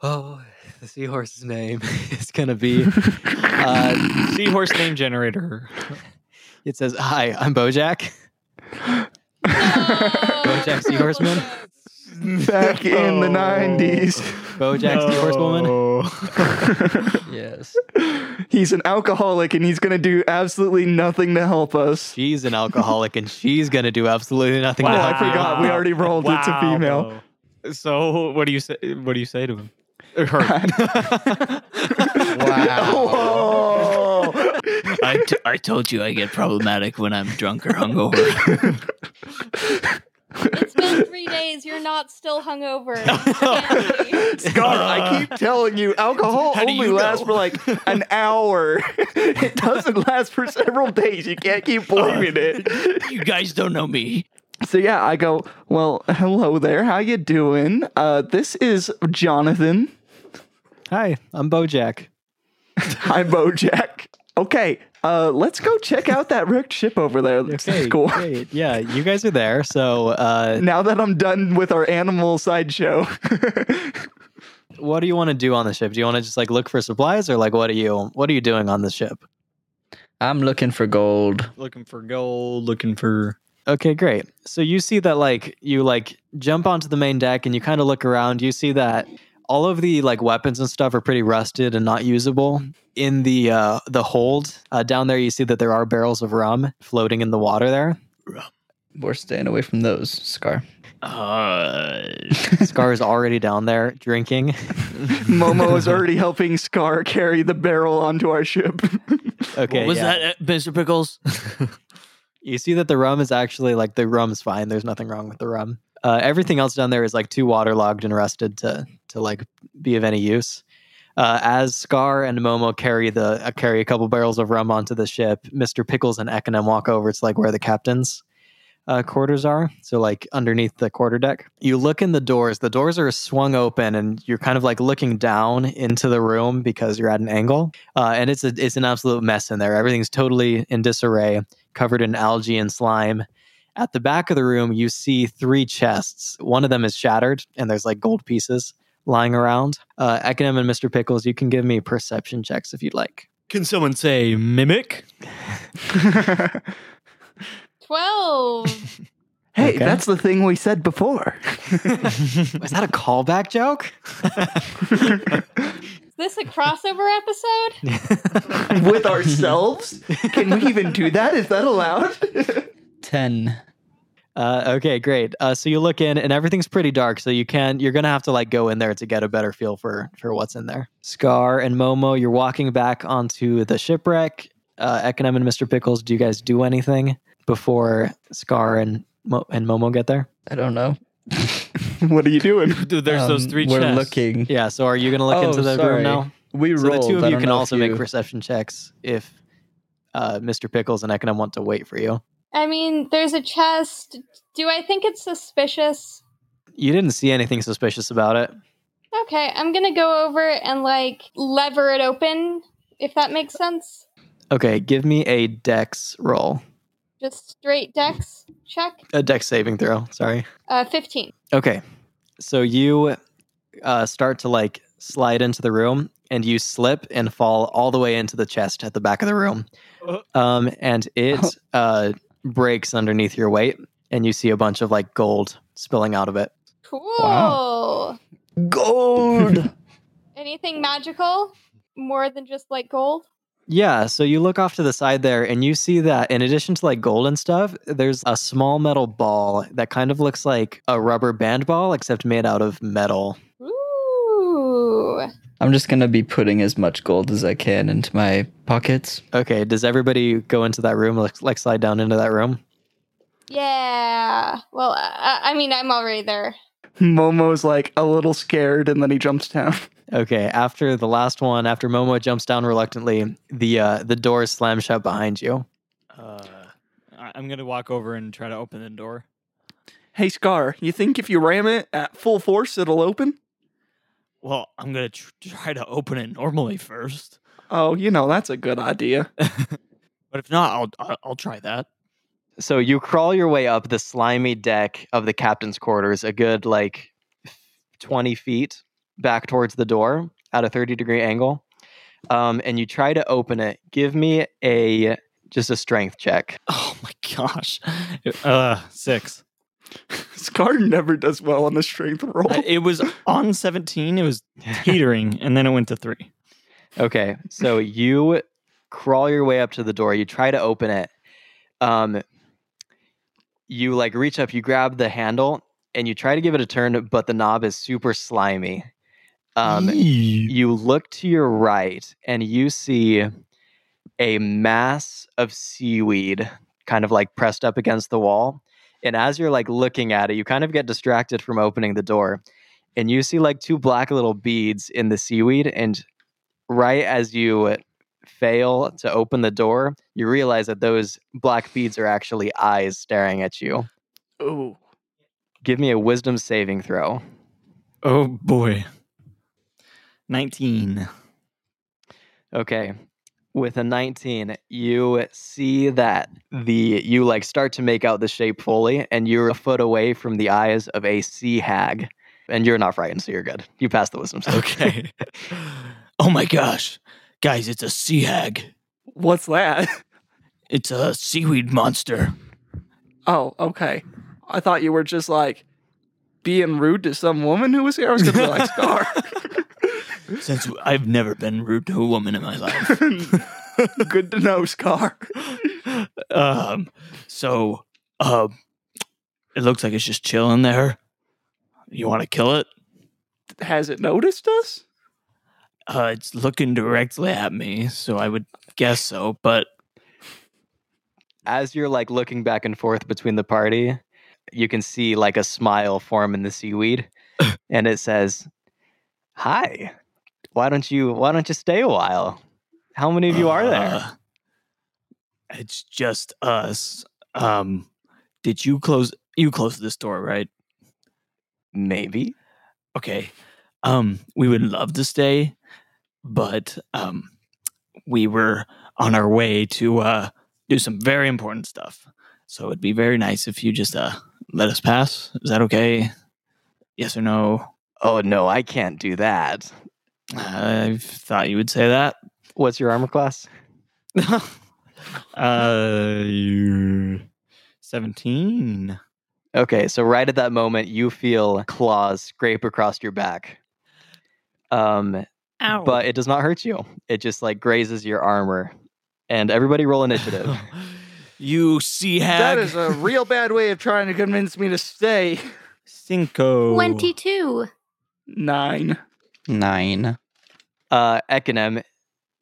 Speaker 1: Oh, the seahorse's name is gonna be. Uh,
Speaker 3: Seahorse name generator.
Speaker 1: it says, "Hi, I'm Bojack."
Speaker 2: Oh,
Speaker 1: Bojack Seahorseman.
Speaker 4: Back in the nineties,
Speaker 1: Bojack
Speaker 4: Oh.
Speaker 1: Seahorsewoman.
Speaker 5: Yes.
Speaker 4: he's an alcoholic, and he's gonna do absolutely nothing to help us.
Speaker 1: She's an alcoholic and she's gonna do absolutely nothing.
Speaker 4: Oh,
Speaker 1: to
Speaker 4: I
Speaker 1: help you.
Speaker 4: forgot. We already rolled. It's a female.
Speaker 3: So what do you say? What do you say to him? Or Her.
Speaker 4: Whoa.
Speaker 7: I, t- I told you I get problematic when I'm drunk or hungover.
Speaker 2: It's been three days. You're not still hungover. Can't be.
Speaker 4: God, I keep telling you, alcohol
Speaker 7: Uh, How do
Speaker 4: only
Speaker 7: you
Speaker 4: lasts
Speaker 7: know?
Speaker 4: for like an hour. it doesn't last for several days. You can't keep
Speaker 7: Uh.
Speaker 4: blaming it.
Speaker 7: you guys don't know me.
Speaker 4: So yeah, I go, well, hello there. How you doing? Uh, this is Jonathan.
Speaker 1: Hi, I'm Bojack.
Speaker 4: I'm Bojack. Okay, uh, let's go check out that wrecked ship over there. Looks
Speaker 1: Okay,
Speaker 4: cool.
Speaker 1: great. Yeah, you guys are there. So, uh,
Speaker 4: Now that I'm done with our animal sideshow,
Speaker 1: what do you want to do on the ship? Do you want to just like look for supplies, or like what are you what are you doing on the ship?
Speaker 5: I'm looking for gold.
Speaker 3: looking for gold. Looking for.
Speaker 1: Okay, great. So you see that like you like jump onto the main deck and you kind of look around. You see that all of the like weapons and stuff are pretty rusted and not usable. In the uh the hold uh, down there, you see that there are barrels of rum floating in the water there.
Speaker 5: We're staying away from those, Scar.
Speaker 7: Uh,
Speaker 1: Scar is already down there drinking.
Speaker 4: Momo is already helping Scar carry the barrel onto our ship.
Speaker 1: Okay,
Speaker 7: what was
Speaker 1: yeah.
Speaker 7: that, uh, Mr. Pickles?
Speaker 1: You see that the rum is actually like the rum's fine. There's nothing wrong with the rum. Uh, everything else down there is like too waterlogged and rusted to to like be of any use. Uh, as Scar and Momo carry the uh, carry a couple barrels of rum onto the ship, Mister Pickles and Ekinem walk over to like where the captain's uh, quarters are. So like underneath the quarter deck, you look in the doors. The doors are swung open, and you're kind of like looking down into the room because you're at an angle. Uh, and it's a it's an absolute mess in there. Everything's totally in disarray covered in algae and slime. At the back of the room, you see three chests. One of them is shattered, and there's like gold pieces lying around. Uh, Ekinem and Mr. Pickles, you can give me perception checks if you'd like.
Speaker 3: Can someone say mimic?
Speaker 2: Twelve.
Speaker 4: Hey,
Speaker 1: Okay.
Speaker 4: that's the thing we said before.
Speaker 1: Is that a callback joke?
Speaker 2: Is this a crossover episode?
Speaker 4: With ourselves? Can we even do that? Is that allowed?
Speaker 5: 10.
Speaker 1: Uh, okay, great. Uh, so you look in, and everything's pretty dark. So you can you're gonna have to like go in there to get a better feel for for what's in there. Scar and Momo, you're walking back onto the shipwreck. Uh, Ekinem and Mr. Pickles, do you guys do anything before Scar and Mo- and Momo get there?
Speaker 5: I don't know.
Speaker 4: what are you doing?
Speaker 3: Dude, there's those
Speaker 5: Um,
Speaker 3: three
Speaker 5: We're
Speaker 3: chests.
Speaker 5: looking.
Speaker 1: Yeah. So are you gonna look
Speaker 5: Oh,
Speaker 1: into the
Speaker 5: sorry.
Speaker 1: room now?
Speaker 5: We
Speaker 1: So
Speaker 5: rolled.
Speaker 1: the two
Speaker 5: I
Speaker 1: of you
Speaker 5: don't
Speaker 1: can
Speaker 5: know if
Speaker 1: also make
Speaker 5: you-
Speaker 1: perception checks if uh, Mr. Pickles and Ekinem want to wait for you.
Speaker 2: I mean, there's a chest. Do I think it's suspicious?
Speaker 1: You didn't see anything suspicious about it.
Speaker 2: Okay, I'm gonna go over and like lever it open, if that makes sense.
Speaker 1: Okay, give me a dex roll,
Speaker 2: Just straight dex check.
Speaker 1: a dex saving throw. Sorry.
Speaker 2: Uh, fifteen.
Speaker 1: Okay. So you uh, start to like slide into the room and you slip and fall all the way into the chest at the back of the room. Um, and it uh, breaks underneath your weight and you see a bunch of like gold spilling out of it.
Speaker 2: Cool.
Speaker 4: Gold.
Speaker 2: Anything magical? More than just like gold?
Speaker 1: Yeah, so you look off to the side there and you see that in addition to like gold and stuff, there's a small metal ball that kind of looks like a rubber band ball except made out of metal.
Speaker 2: Ooh.
Speaker 5: I'm just gonna be putting as much gold as I can into my pockets.
Speaker 1: Okay, does everybody go into that room like, like slide down into that room?
Speaker 2: Yeah. Well, I, I mean, I'm already there.
Speaker 4: Momo's like a little scared and then he jumps down.
Speaker 1: Okay, after the last one, after Momo jumps down reluctantly, the uh, the door slams shut behind you.
Speaker 3: Uh, I- I'm gonna walk over and try to open the door.
Speaker 4: Hey, Scar, you think if you ram it at full force, it'll open?
Speaker 7: Well, I'm gonna tr- try to open it normally first,
Speaker 4: Oh, you know, that's a good idea.
Speaker 7: but if not, I'll I'll, I'll try that.
Speaker 1: So you crawl your way up the slimy deck of the captain's quarters, a good like 20 feet back towards the door at a 30 degree angle. Um, and you try to open it. Give me a just a strength check.
Speaker 7: Oh my gosh!
Speaker 3: Uh, six.
Speaker 4: Scar never does well on the strength roll.
Speaker 3: I- it was on 17. It was teetering, and then it went to three.
Speaker 1: Okay, so you crawl your way up to the door. You try to open it. Um, you like reach up, you grab the handle, and you try to give it a turn, but the knob is super slimy. Um, you look to your right and you see a mass of seaweed kind of like pressed up against the wall and as you're like looking at it you kind of get distracted from opening the door and you see like two black little beads in the seaweed and right as you fail to open the door you realize that those black beads are actually eyes staring at you
Speaker 4: Ooh.
Speaker 1: give me a wisdom saving throw
Speaker 3: Oh boy. 19.
Speaker 1: Okay. With a 19, you see that the you like start to make out the shape fully, and you're a foot away from the eyes of a sea hag. And you're not frightened, so you're good. You passed the wisdom. save.
Speaker 7: Okay. oh my gosh, guys, it's a sea hag.
Speaker 4: What's that?
Speaker 7: It's a seaweed monster.
Speaker 4: Oh, okay. I thought you were just like being rude to some woman who was here. I was gonna be like Scar.
Speaker 7: Since I've never been rude to a woman in my life.
Speaker 4: Good to know, Scar.
Speaker 7: um, so, um, it looks like it's just chilling there. You want to kill it?
Speaker 4: Has it noticed us?
Speaker 7: Uh, it's looking directly at me, so I would guess so. But
Speaker 1: As you're like looking back and forth between the party, you can see like a smile form in the seaweed, and it says, "Hi. Why don't you Why don't you stay a while? How many of you are there?"
Speaker 7: Uh, it's just us. Um, did you close? You closed this door, right?
Speaker 1: Maybe.
Speaker 7: Okay. Um, we would love to stay, but um, we were on our way to uh do some very important stuff. So it'd be very nice if you just uh let us pass. Is that okay? Yes or no?
Speaker 1: Oh no, I can't do that.
Speaker 7: I thought you would say that.
Speaker 1: What's your armor class?
Speaker 3: uh, you- 17.
Speaker 1: Okay, so right at that moment, you feel claws scrape across your back. Um, but it does not hurt you. It just like grazes your armor. And everybody roll initiative.
Speaker 7: you sea hag.
Speaker 4: That is a real bad way of trying to convince me to stay.
Speaker 3: Cinco.
Speaker 2: 22.
Speaker 4: Nine.
Speaker 5: Nine.
Speaker 1: uh, Ekinem,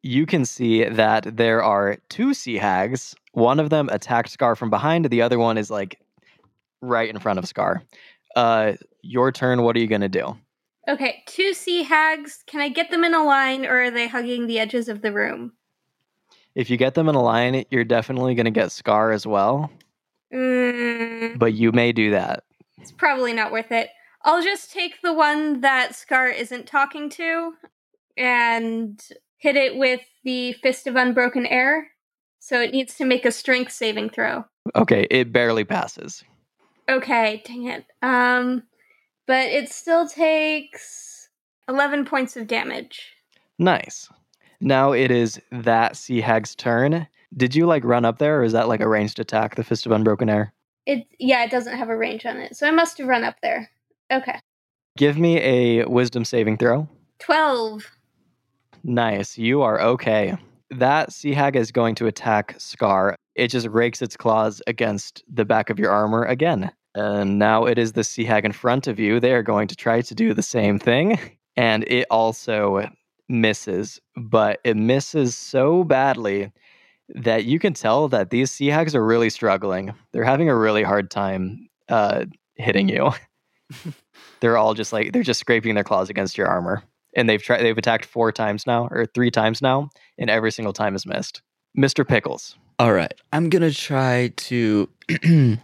Speaker 1: you can see that there are two sea hags. One of them attacked Scar from behind. The other one is like right in front of Scar. Uh, your turn. What are you gonna do?
Speaker 2: Okay, two sea hags. Can I get them in a line or are they hugging the edges of the room?
Speaker 1: If you get them in a line, you're definitely gonna get Scar as well.
Speaker 2: Mm,
Speaker 1: But you may do that.
Speaker 2: it's probably not worth it. I'll just take the one that Scar isn't talking to and hit it with the Fist of Unbroken Air. So it needs to make a strength saving throw.
Speaker 1: Okay, it barely passes.
Speaker 2: Okay, dang it. Um, but it still takes 11 points of damage.
Speaker 1: Nice. Now it is that sea hag's turn. Did you like run up there, or is that like a ranged attack? The fist of unbroken air.
Speaker 2: It yeah, it doesn't have a range on it, so I must have run up there. Okay.
Speaker 1: Give me a wisdom saving throw.
Speaker 2: 12.
Speaker 1: Nice. You are okay. That sea hag is going to attack Scar. It just rakes its claws against the back of your armor again. And now it is the sea hag in front of you. They are going to try to do the same thing. And it also misses, but it misses so badly that you can tell that these sea hags are really struggling. They're having a really hard time uh, hitting you. they're all just like, they're just scraping their claws against your armor and they've tried they've attacked four times now or three times now and every single time is missed mr pickles
Speaker 5: All right, I'm gonna try to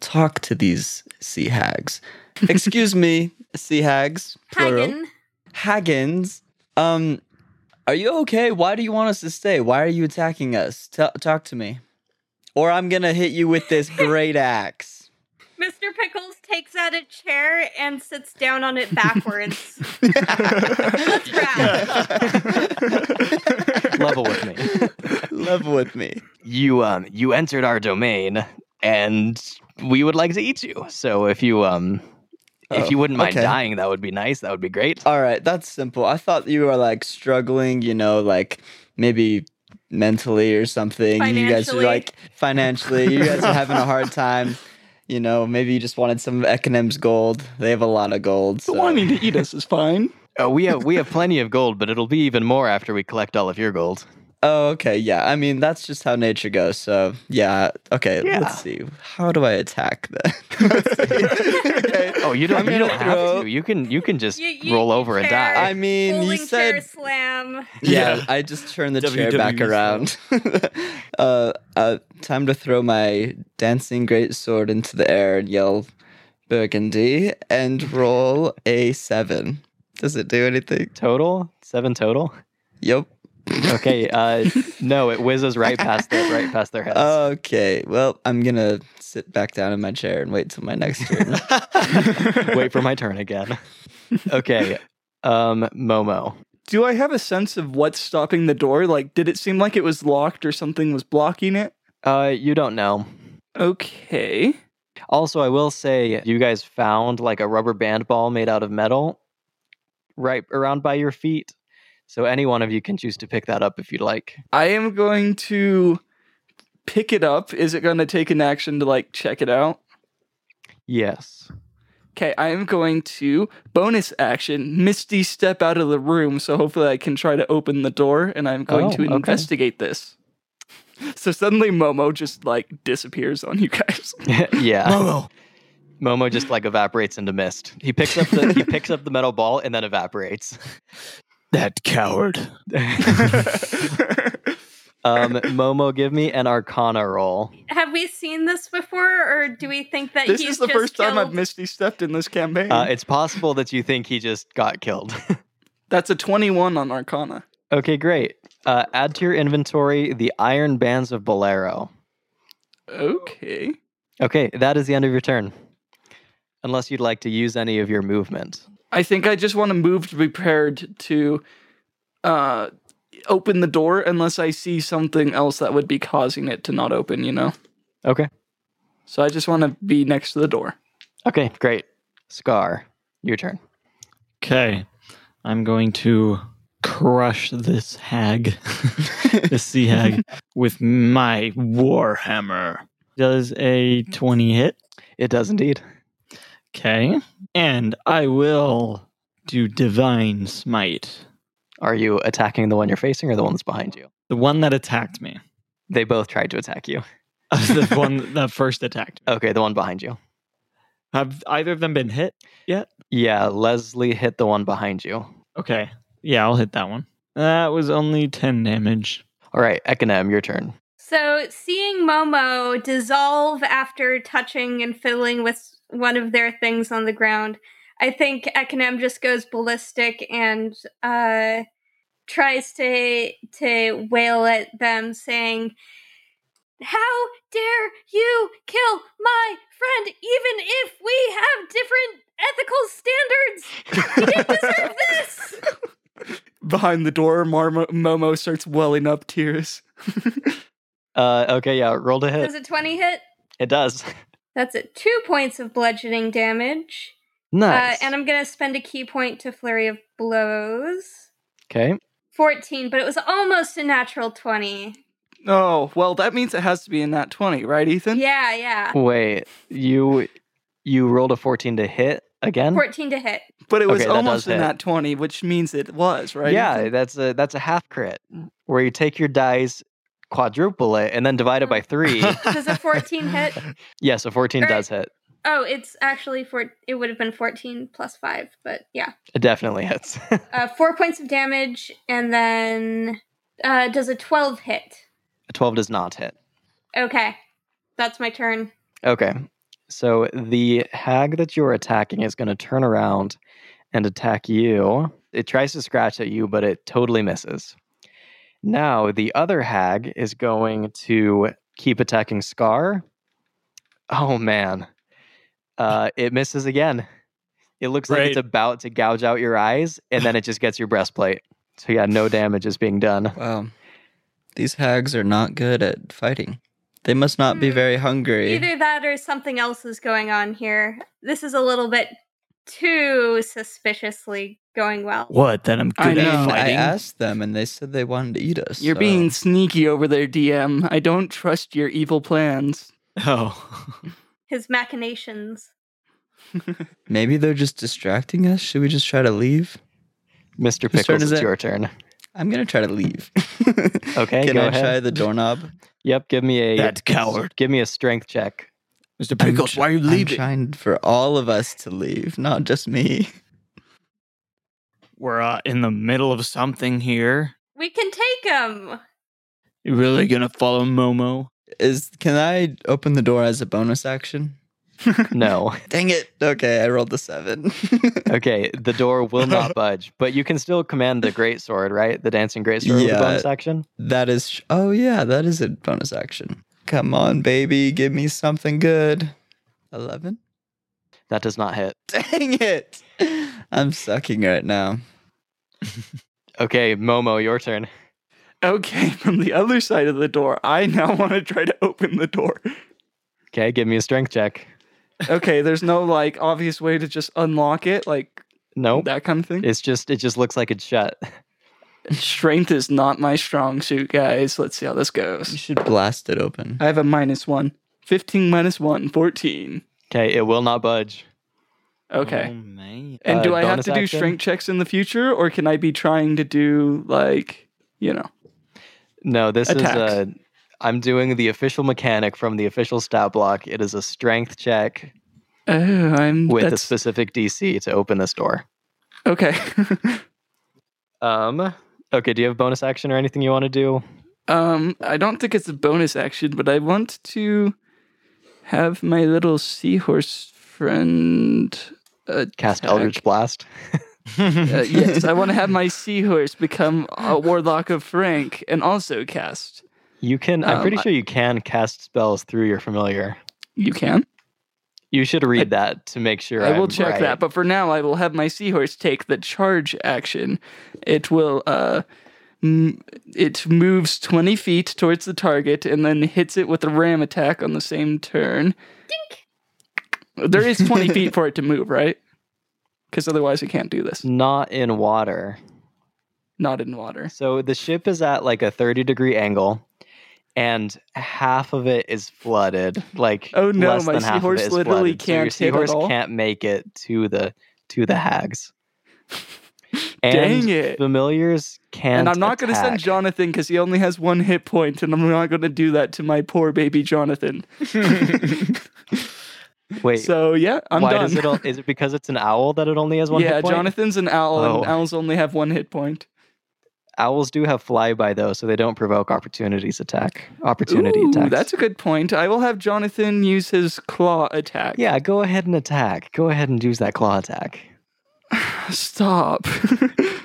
Speaker 5: talk to these sea hags. Excuse me, sea hags. Plural.
Speaker 2: Hagen.
Speaker 5: Haggins, um, are you okay? Why do you want us to stay? Why are you attacking us? Tell talk to me, or I'm gonna hit you with this great axe.
Speaker 2: Mr. Pickles takes out a chair and sits down on it backwards. Let's wrap.
Speaker 1: level with me
Speaker 5: Level with me.
Speaker 1: you um you entered our domain and we would like to eat you so if you um
Speaker 5: Oh,
Speaker 1: if you wouldn't mind
Speaker 5: okay.
Speaker 1: dying that would be nice that would be great
Speaker 5: All right, that's simple. I thought you were like struggling, you know, like maybe mentally or something. You guys are
Speaker 2: Financially.
Speaker 5: like financially, you guys are having a hard time. You know, maybe you just wanted some of Eckenham's gold. They have a lot of gold. So.
Speaker 4: The wanting to eat us is fine.
Speaker 1: uh, we have we have plenty of gold but it'll be even more after we collect all of your gold
Speaker 5: Oh, okay. Yeah. I mean, that's just how nature goes. So, yeah. Okay. Let's see. How do I attack then? okay.
Speaker 1: oh you don't
Speaker 5: I'm
Speaker 1: you
Speaker 5: gonna
Speaker 1: don't have
Speaker 5: throw-
Speaker 1: to you can you can just
Speaker 2: You- you-
Speaker 1: roll
Speaker 2: you
Speaker 1: over and
Speaker 2: care.
Speaker 1: die
Speaker 5: I mean,
Speaker 2: Rolling
Speaker 5: you said
Speaker 2: chair slam.
Speaker 5: Yeah, E
Speaker 3: Yeah.
Speaker 5: I just turned the chair
Speaker 3: WWE
Speaker 5: back
Speaker 3: style.
Speaker 5: around. uh, uh, time to throw my dancing great sword into the air and yell burgundy and roll a seven. Does it do anything?
Speaker 1: total seven total
Speaker 5: Yup.
Speaker 1: okay uh no it whizzes right past their right past their heads
Speaker 5: Okay. Well, I'm gonna sit back down in my chair and wait till my next turn.
Speaker 1: wait for my turn again. Okay. Um, Momo.
Speaker 4: Do I have a sense of what's stopping the door? Like, did it seem like it was locked or something was blocking it?
Speaker 1: Uh, you don't know.
Speaker 4: Okay.
Speaker 1: Also, I will say you guys found like a rubber band ball made out of metal right around by your feet. So any one of you can choose to pick that up if you'd like.
Speaker 4: I am going to pick it up. Is it going to take an action to like check it out?
Speaker 1: Yes.
Speaker 4: Okay, I am going to bonus action Misty step out of the room. So hopefully I can try to open the door and I'm going
Speaker 1: Oh,
Speaker 4: to
Speaker 1: okay.
Speaker 4: investigate this. So suddenly Momo just like disappears on you guys.
Speaker 1: yeah.
Speaker 7: Momo,
Speaker 1: Momo just like evaporates into mist. He picks up the he picks up the metal ball and then evaporates.
Speaker 7: that coward.
Speaker 1: Um, Momo, give me an Arcana roll.
Speaker 2: Have we seen this before, or do we think that
Speaker 4: this
Speaker 2: he's
Speaker 4: is the
Speaker 2: just
Speaker 4: first time I've
Speaker 2: killed-
Speaker 4: Misty stepped in this campaign.
Speaker 1: Uh, it's possible that you think he just got killed.
Speaker 4: That's a 21 on Arcana.
Speaker 1: Okay, great. Uh, add to your inventory the Iron Bands of Bolero.
Speaker 4: Okay.
Speaker 1: Okay, that is the end of your turn. Unless you'd like to use any of your movement.
Speaker 4: I think I just want to move to be prepared to uh, open the door unless I see something else that would be causing it to not open, you know?
Speaker 1: Okay.
Speaker 4: So I just want to be next to the door.
Speaker 1: Okay, great. Scar, your turn.
Speaker 3: Okay. I'm going to crush this hag, this sea hag, with my warhammer. Does a 20 hit?
Speaker 1: It does indeed.
Speaker 3: Okay. And I will do divine smite.
Speaker 1: Are you attacking the one you're facing or the one that's behind you?
Speaker 3: The one that attacked me.
Speaker 1: They both tried to attack you.
Speaker 3: the one that first attacked. me.
Speaker 1: Okay, the one behind you.
Speaker 3: Have either of them been hit?
Speaker 1: Yeah, Leslie hit the one behind you.
Speaker 3: Okay. Yeah, I'll hit that one. That was only 10 damage.
Speaker 1: All right, Ekanem, your turn.
Speaker 2: So, seeing Momo dissolve after touching and fiddling with one of their things on the ground, I think Ekinem just goes ballistic and uh, tries to to wail at them, saying, "How dare you kill my friend? Even if we have different ethical standards, you didn't deserve this."
Speaker 4: Behind the door, Marmo- Momo starts welling up tears.
Speaker 1: Uh, okay, yeah, roll to hit.
Speaker 2: Does a twenty hit?
Speaker 1: It does.
Speaker 2: That's at two points of bludgeoning damage.
Speaker 1: Nice.
Speaker 2: Uh, and I'm going to spend a key point to Flurry of Blows.
Speaker 1: okay.
Speaker 2: 14, but it was almost a natural 20.
Speaker 4: Oh, well, that means it has to be in that 20, right, Ethan?
Speaker 2: Yeah, yeah.
Speaker 1: Wait, you you rolled a 14 to hit again?
Speaker 2: 14 to hit.
Speaker 4: But it was
Speaker 1: Okay, that
Speaker 4: almost
Speaker 1: does
Speaker 4: in
Speaker 1: hit.
Speaker 4: that 20, which means it was, right?
Speaker 1: Yeah, eh,
Speaker 4: Ethan?
Speaker 1: that's a that's a half crit where you take your dice, quadruple it, and then divide it by three.
Speaker 2: Does a 14 hit?
Speaker 1: yeah, so 14
Speaker 2: Alright.
Speaker 1: does hit.
Speaker 2: Oh, it's actually four. It would have been 14 plus 5, but yeah.
Speaker 1: It definitely hits.
Speaker 2: Uh, four points of damage, and then uh, does a 12 hit.
Speaker 1: a 12 does not hit.
Speaker 2: Okay. That's my turn.
Speaker 1: Okay. So the hag that you're attacking is going to turn around and attack you. It tries to scratch at you, but it totally misses. Now, the other hag is going to keep attacking Scar. Oh, man. Uh, it misses again. It looks like it's
Speaker 3: Great.
Speaker 1: about to gouge out your eyes, and then it just gets your breastplate. So, yeah, no damage is being done.
Speaker 5: Wow. These hags are not good at fighting. They must not be
Speaker 2: Hmm.
Speaker 5: very hungry.
Speaker 2: Either that or something else is going on here. This is a little bit too suspiciously going well.
Speaker 7: What? That I'm
Speaker 4: I
Speaker 7: good
Speaker 4: know.
Speaker 7: at
Speaker 5: And I
Speaker 7: fighting?
Speaker 5: asked them and they said they wanted to eat us. uh,
Speaker 4: You're
Speaker 5: so-
Speaker 4: being sneaky over there, DM. I don't trust your evil plans.
Speaker 7: oh.
Speaker 2: His machinations.
Speaker 5: Maybe they're just distracting us. Should we just try to leave?
Speaker 1: Mr.
Speaker 5: Whose turn
Speaker 1: Pickles,
Speaker 5: is
Speaker 1: it's
Speaker 5: it?
Speaker 1: your turn.
Speaker 5: I'm gonna try to leave.
Speaker 1: Okay,
Speaker 5: Can
Speaker 1: go
Speaker 5: I
Speaker 1: ahead.
Speaker 5: try the doorknob?
Speaker 1: Yep, give me a
Speaker 7: That coward.
Speaker 1: Give me a strength check.
Speaker 7: Mr. Pickles,
Speaker 5: tr-
Speaker 7: why are you
Speaker 5: I'm
Speaker 7: leaving?
Speaker 5: trying for all of us to leave, not just me.
Speaker 7: We're uh, in the middle of something here.
Speaker 2: We can take him.
Speaker 7: You really gonna follow Momo?
Speaker 5: Is can I open the door as a bonus action?
Speaker 1: No.
Speaker 5: Dang it! Okay, I rolled the seven.
Speaker 1: Okay, the door will not budge, but you can still command the great sword, right? The dancing great sword with
Speaker 5: Yeah.
Speaker 1: the bonus action.
Speaker 5: that is. sh- Oh yeah, that is a bonus action. Come on, baby, give me something good. Eleven.
Speaker 1: That does not hit.
Speaker 5: Dang it! I'm sucking right now.
Speaker 1: Okay, Momo, your turn.
Speaker 4: Okay, from the other side of the door, I now want to try to open the door.
Speaker 1: Okay, give me a strength check.
Speaker 4: Okay, there's no like obvious way to just unlock it, like
Speaker 1: Nope.
Speaker 4: that kind of thing.
Speaker 1: It's just it just looks like it's shut.
Speaker 4: Strength is not my strong suit, guys. Let's see how this
Speaker 5: You
Speaker 4: goes.
Speaker 5: should blast it open.
Speaker 4: I have a minus one. 15 minus one, 14.
Speaker 1: Okay, it will not budge.
Speaker 4: Okay.
Speaker 7: Oh, man.
Speaker 4: and
Speaker 1: uh,
Speaker 4: do I have
Speaker 1: bonus
Speaker 4: to do
Speaker 1: action?
Speaker 4: strength checks in the future, or can I be trying to do like, you know?
Speaker 1: No, this
Speaker 4: Attacks.
Speaker 1: is a I'm doing the official mechanic from the official stat block. It is a strength check
Speaker 4: Oh, I'm
Speaker 1: with a
Speaker 4: that's,
Speaker 1: specific DC to open this door.
Speaker 4: okay.
Speaker 1: Um okay, do you have bonus action or anything you want to do?
Speaker 4: um, I don't think it's a bonus action, but I want to have my little seahorse friend. Uh,
Speaker 1: Cast Eldritch Blast.
Speaker 4: uh, yes, I want to have my seahorse become a warlock of Frank and also cast.
Speaker 1: You can I'm
Speaker 4: Um,
Speaker 1: pretty
Speaker 4: I-
Speaker 1: sure you can cast spells through your familiar.
Speaker 4: You can.
Speaker 1: You should read that to make sure.
Speaker 4: I will
Speaker 1: I'm
Speaker 4: check
Speaker 1: right.
Speaker 4: that, but for now, I will have my seahorse take the charge action. It will, uh, m- it moves 20 feet towards the target and then hits it with a ram attack on the same turn. Dink! There is 20 feet for it to move, right? Because otherwise, it can't do this.
Speaker 1: Not in water.
Speaker 4: Not in water.
Speaker 1: So the ship is at like a 30 degree angle, and half of it is flooded. Like
Speaker 4: Oh no,
Speaker 1: less
Speaker 4: my
Speaker 1: than half of it
Speaker 4: seahorse
Speaker 1: is
Speaker 4: literally
Speaker 1: flooded.
Speaker 4: can't
Speaker 1: so your
Speaker 4: hit at
Speaker 1: seahorse
Speaker 4: all.
Speaker 1: can't make it to the to the hags.
Speaker 4: Dang
Speaker 1: And
Speaker 4: it.
Speaker 1: Familiars can't.
Speaker 4: And I'm not going to send
Speaker 1: attack.
Speaker 4: Jonathan because he only has one hit point, and I'm not going to do that to my poor baby Jonathan.
Speaker 1: Wait,
Speaker 4: So yeah, I'm
Speaker 1: why
Speaker 4: done.
Speaker 1: does it? o- Is it because it's an owl that it only has one?
Speaker 4: yeah,
Speaker 1: hit point?
Speaker 4: Jonathan's an owl,
Speaker 1: Oh.
Speaker 4: and owls only have one hit point.
Speaker 1: Owls do have flyby though, so they don't provoke opportunities attack. Opportunity
Speaker 4: Ooh,
Speaker 1: attacks.
Speaker 4: That's a good point. I will have Jonathan use his claw attack.
Speaker 1: Yeah, go ahead and attack. Go ahead and use that claw attack.
Speaker 4: Stop.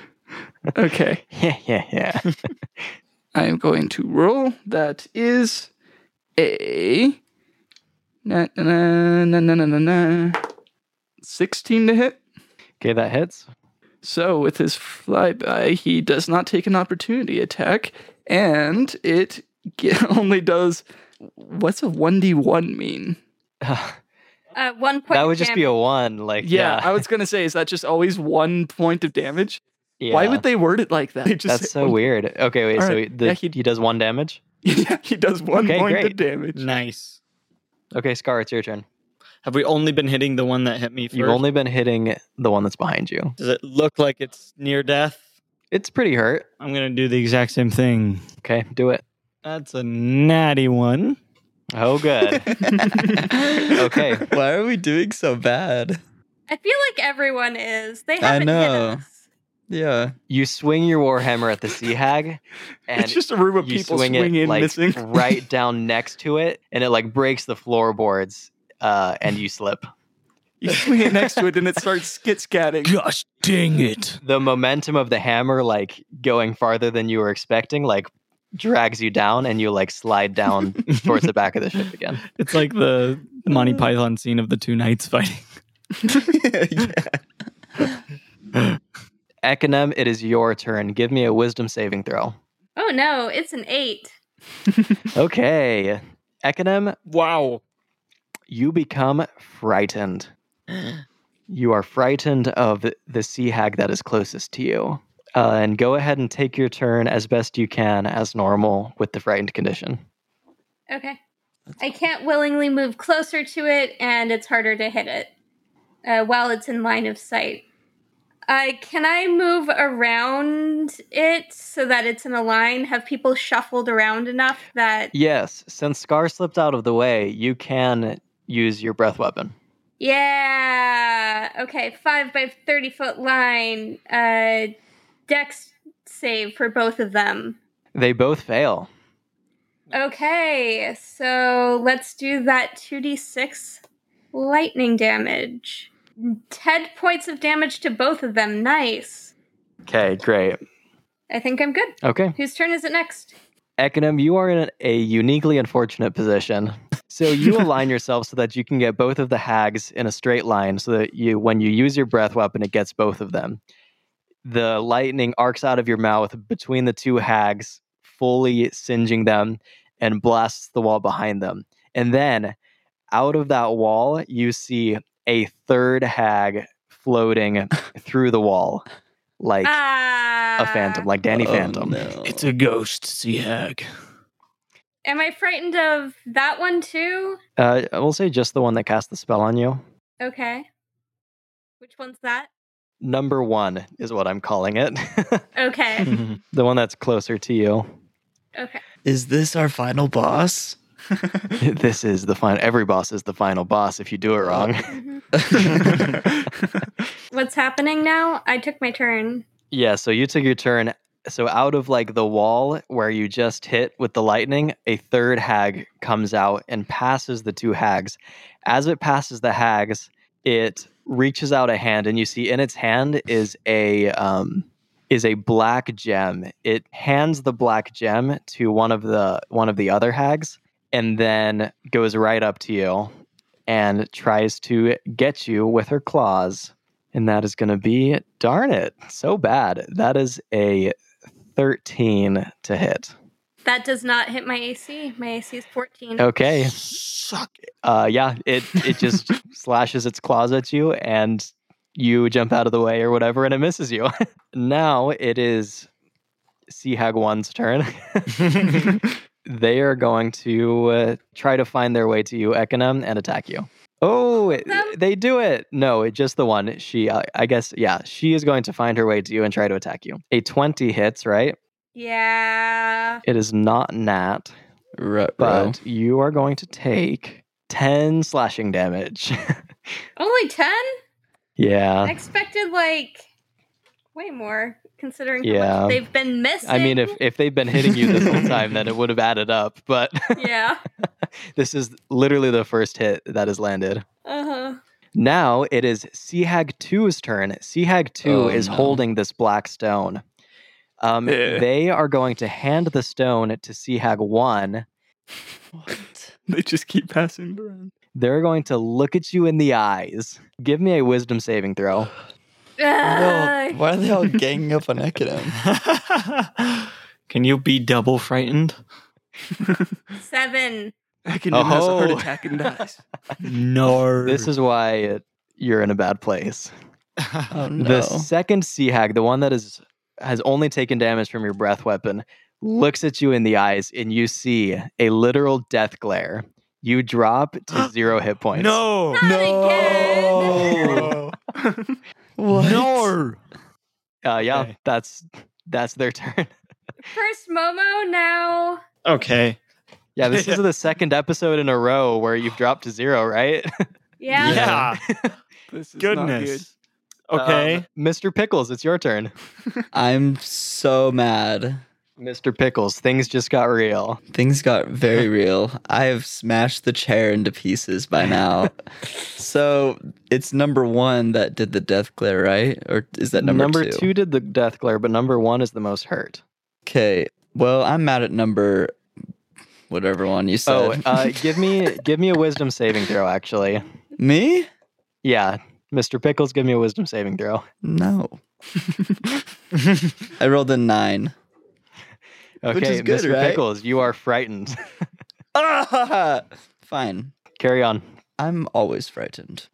Speaker 4: okay,
Speaker 1: Yeah, yeah, yeah.
Speaker 4: I am going to roll. That is a na na na na na na na. Sixteen to hit.
Speaker 1: okay, that hits.
Speaker 4: So with his flyby, he does not take an opportunity attack, and it ge- only does. What's a one d one mean?
Speaker 1: Uh,
Speaker 2: Uh, one point.
Speaker 1: that
Speaker 2: of
Speaker 1: would just be a
Speaker 2: damage.
Speaker 1: one. Like
Speaker 4: Yeah,
Speaker 1: yeah,
Speaker 4: I was gonna say, is that just always one point of damage? Why
Speaker 1: Yeah.
Speaker 4: would they word it like that? They just
Speaker 1: That's
Speaker 4: say
Speaker 1: so
Speaker 4: one-
Speaker 1: weird. Okay, wait.
Speaker 4: All
Speaker 1: so
Speaker 4: right.
Speaker 1: the,
Speaker 4: Yeah,
Speaker 1: he,
Speaker 4: he-
Speaker 1: does one damage.
Speaker 4: yeah, he does one
Speaker 1: Okay,
Speaker 4: point
Speaker 1: great.
Speaker 4: of damage.
Speaker 3: Nice.
Speaker 1: Okay, Scar, it's your turn.
Speaker 3: Have we only been hitting the one that hit me 1st
Speaker 1: You've only been hitting the one that's behind you.
Speaker 3: Does it look like it's near death?
Speaker 1: It's pretty hurt.
Speaker 3: I'm gonna do the exact same thing.
Speaker 1: Okay, do it.
Speaker 3: That's a natty one.
Speaker 1: Oh, good. Okay.
Speaker 5: Why are we doing so bad?
Speaker 2: I feel like everyone is. They
Speaker 5: I
Speaker 2: haven't
Speaker 5: know.
Speaker 2: hit us.
Speaker 5: Yeah.
Speaker 1: you swing your warhammer at the sea hag, and
Speaker 4: it's just a room of
Speaker 1: you
Speaker 4: people
Speaker 1: swing
Speaker 4: swinging,
Speaker 1: it like
Speaker 4: missing.
Speaker 1: right down next to it, and it like breaks the floorboards, uh, and you slip.
Speaker 4: You swing it next to it, and it starts skit scatting.
Speaker 7: Gosh dang it.
Speaker 1: The momentum of the hammer, like going farther than you were expecting, like drags you down, and you like slide down towards the back of the ship again.
Speaker 3: It's like the Monty Python scene of the two knights fighting.
Speaker 1: Ekonem, it is your turn. Give me a wisdom saving throw.
Speaker 2: Oh no, it's an eight.
Speaker 1: Okay, Ekonem,
Speaker 3: Wow.
Speaker 1: you become frightened. You are frightened of the sea hag that is closest to you. Uh, and go ahead and take your turn as best you can as normal with the frightened condition.
Speaker 2: Okay. I can't willingly move closer to it, and it's harder to hit it uh, while it's in line of sight. Uh, can I move around it so that it's in a line? Have people shuffled around enough that.
Speaker 1: Yes, since Scar slipped out of the way, you can use your breath weapon.
Speaker 2: Yeah! Okay, 5 by 30 foot line. Uh, dex save for both of them.
Speaker 1: They both fail.
Speaker 2: Okay, so let's do that 2d6 lightning damage. 10 points of damage to both of them. Nice.
Speaker 1: Okay, great.
Speaker 2: I think I'm good.
Speaker 1: Okay.
Speaker 2: Whose turn is it next?
Speaker 1: Ekonom, you are in a uniquely unfortunate position. So you align yourself so that you can get both of the hags in a straight line so that you when you use your breath weapon it gets both of them. The lightning arcs out of your mouth between the two hags, fully singeing them and blasts the wall behind them. And then out of that wall you see a third hag floating through the wall like
Speaker 2: Ah.
Speaker 1: a phantom, like Danny
Speaker 5: Oh,
Speaker 1: Phantom.
Speaker 5: no.
Speaker 7: It's a ghost, sea hag.
Speaker 2: Am I frightened of that one too?
Speaker 1: Uh, I will say just the one that cast the spell on you.
Speaker 2: Okay. Which one's that?
Speaker 1: Number one is what I'm calling it.
Speaker 2: Okay.
Speaker 1: the one that's closer to you.
Speaker 2: okay.
Speaker 5: Is this our final boss?
Speaker 1: This is the final. Every boss is the final boss if you do it wrong.
Speaker 2: Mhm. What's happening now? I took my turn.
Speaker 1: yeah. So you took your turn. So out of like the wall where you just hit with the lightning, a third hag comes out and passes the two hags. As it passes the hags, it reaches out a hand, and you see in its hand is a um, is a black gem. It hands the black gem to one of the one of the other hags, and then goes right up to you and tries to get you with her claws. And that is going to be darn it, so bad. That is a thirteen to hit.
Speaker 2: That does not hit my AC. My AC is 14.
Speaker 1: Okay,
Speaker 7: Suck it.
Speaker 1: uh, yeah, it it just slashes its claws at you, and you jump out of the way or whatever, and it misses you. now it is Sea Hag One's turn. they are going to uh, try to find their way to you, Ekonom, and attack you. Oh, it-
Speaker 2: Them?
Speaker 1: they do it! No, it just the one. She, uh, I, I guess, yeah, she is going to find her way to you and try to attack you. A twenty hits, right?
Speaker 2: Yeah.
Speaker 1: It is not Nat,
Speaker 5: Rut,
Speaker 1: but you are going to take ten slashing damage.
Speaker 2: Only 10? I
Speaker 1: Yeah.
Speaker 2: expected like way more considering how
Speaker 1: Yeah.
Speaker 2: much they've been missing.
Speaker 1: I mean, if, if they've been hitting you this whole time, then it would have added up. But
Speaker 2: yeah.
Speaker 1: this is literally the first hit that has landed.
Speaker 2: Uh-huh.
Speaker 1: Now it is Sea Hag 2's turn. Sea Hag 2
Speaker 5: Oh,
Speaker 1: is
Speaker 5: no.
Speaker 1: holding this black stone. Um,
Speaker 4: Eh.
Speaker 1: They are going to hand the stone to Sea Hag 1.
Speaker 4: They just keep passing it around.
Speaker 1: They're going to look at you in the eyes. Give me a wisdom saving throw.
Speaker 5: No,
Speaker 2: Ugh.
Speaker 5: why are they all ganging up on Ekadem?
Speaker 3: Can you be double frightened?
Speaker 2: Seven.
Speaker 4: Ekinen has a heart
Speaker 1: Oh.
Speaker 4: attack and dies.
Speaker 7: No.
Speaker 1: This is why it, you're in a bad place.
Speaker 4: Oh,
Speaker 1: The second sea hag, the one that is has only taken damage from your breath weapon, looks at you in the eyes, and you see a literal death glare. You drop to zero hit points.
Speaker 7: no.
Speaker 2: again.
Speaker 4: What?
Speaker 7: No.
Speaker 1: Uh, yeah,
Speaker 3: Okay.
Speaker 1: that's that's their turn.
Speaker 2: First Momo, now
Speaker 3: Okay.
Speaker 1: Yeah, this is the second episode in a row where you've dropped to zero, right? Um,
Speaker 2: yeah.
Speaker 4: This is
Speaker 3: Goodness. Okay.
Speaker 1: Um, Mr. Pickles, it's your turn.
Speaker 5: I'm so mad.
Speaker 1: Mr. Pickles, things just got real.
Speaker 5: Things got very real. I have smashed the chair into pieces by now. so it's number one that did the death glare, right? Or is that number,
Speaker 1: two? did the death glare, but number one is the most hurt.
Speaker 5: Okay. Well, I'm mad at number whatever one you
Speaker 1: Oh,
Speaker 5: said.
Speaker 1: uh, give me give me a wisdom saving throw. Actually,
Speaker 5: me?
Speaker 1: yeah, Mr. Pickles, give me a wisdom saving throw.
Speaker 5: No. I rolled a nine.
Speaker 1: Okay,
Speaker 5: Which is good,
Speaker 1: Mr.
Speaker 5: right?
Speaker 1: Pickles, you are frightened.
Speaker 5: Ah! Fine.
Speaker 1: Carry on.
Speaker 5: I'm always frightened.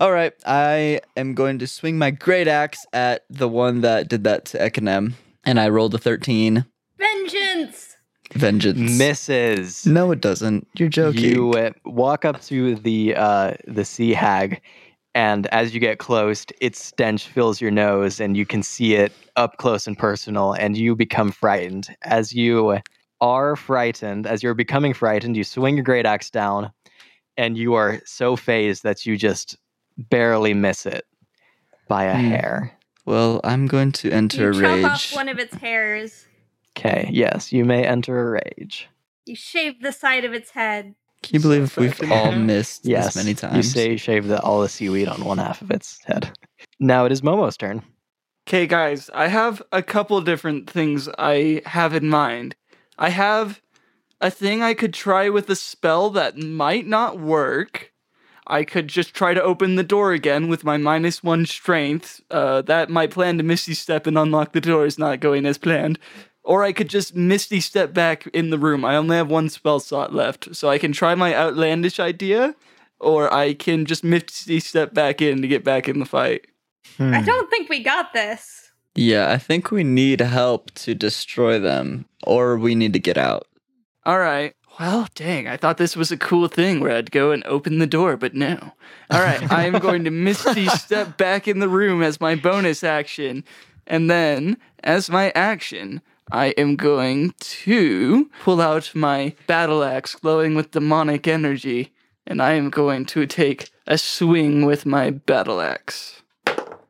Speaker 5: All right, I am going to swing my great axe at the one that did that to Ekinem, and I rolled a 13.
Speaker 2: Vengeance.
Speaker 5: Vengeance.
Speaker 1: Misses.
Speaker 5: No, it doesn't. You're joking.
Speaker 1: You uh, walk up to the uh, the sea hag, and as you get close, its stench fills your nose, and you can see it up close and personal, and you become frightened. As you are frightened, as you're becoming frightened, you swing your great axe down, and you are so phased that you just barely miss it by a
Speaker 5: Hmm.
Speaker 1: hair.
Speaker 5: Well, I'm going to enter
Speaker 2: You
Speaker 5: a
Speaker 2: chop
Speaker 5: rage.
Speaker 2: off one of its hairs.
Speaker 1: Okay, yes, you may enter a rage.
Speaker 2: You shave the side of its head.
Speaker 5: Can you believe we've all missed
Speaker 1: Yes,
Speaker 5: this many times?
Speaker 1: You say you shaved the, all the seaweed on one half of its head. Now it is Momo's turn.
Speaker 4: Okay, guys, I have a couple different things I have in mind. I have a thing I could try with a spell that might not work. I could just try to open the door again with my minus one strength. Uh, that my plan to misty step and unlock the door is not going as planned. Or I could just misty step back in the room. I only have one spell slot left, so I can try my outlandish idea, or I can just misty step back in to get back in the fight.
Speaker 2: I don't think we got this.
Speaker 5: yeah, I think we need help to destroy them, or we need to get out.
Speaker 4: All right. Well, dang, I thought this was a cool thing where I'd go and open the door, but no. All right, I am going to Misty step back in the room as my bonus action. And then, as my action, I am going to pull out my battle axe glowing with demonic energy, and I am going to take a swing with my battle axe.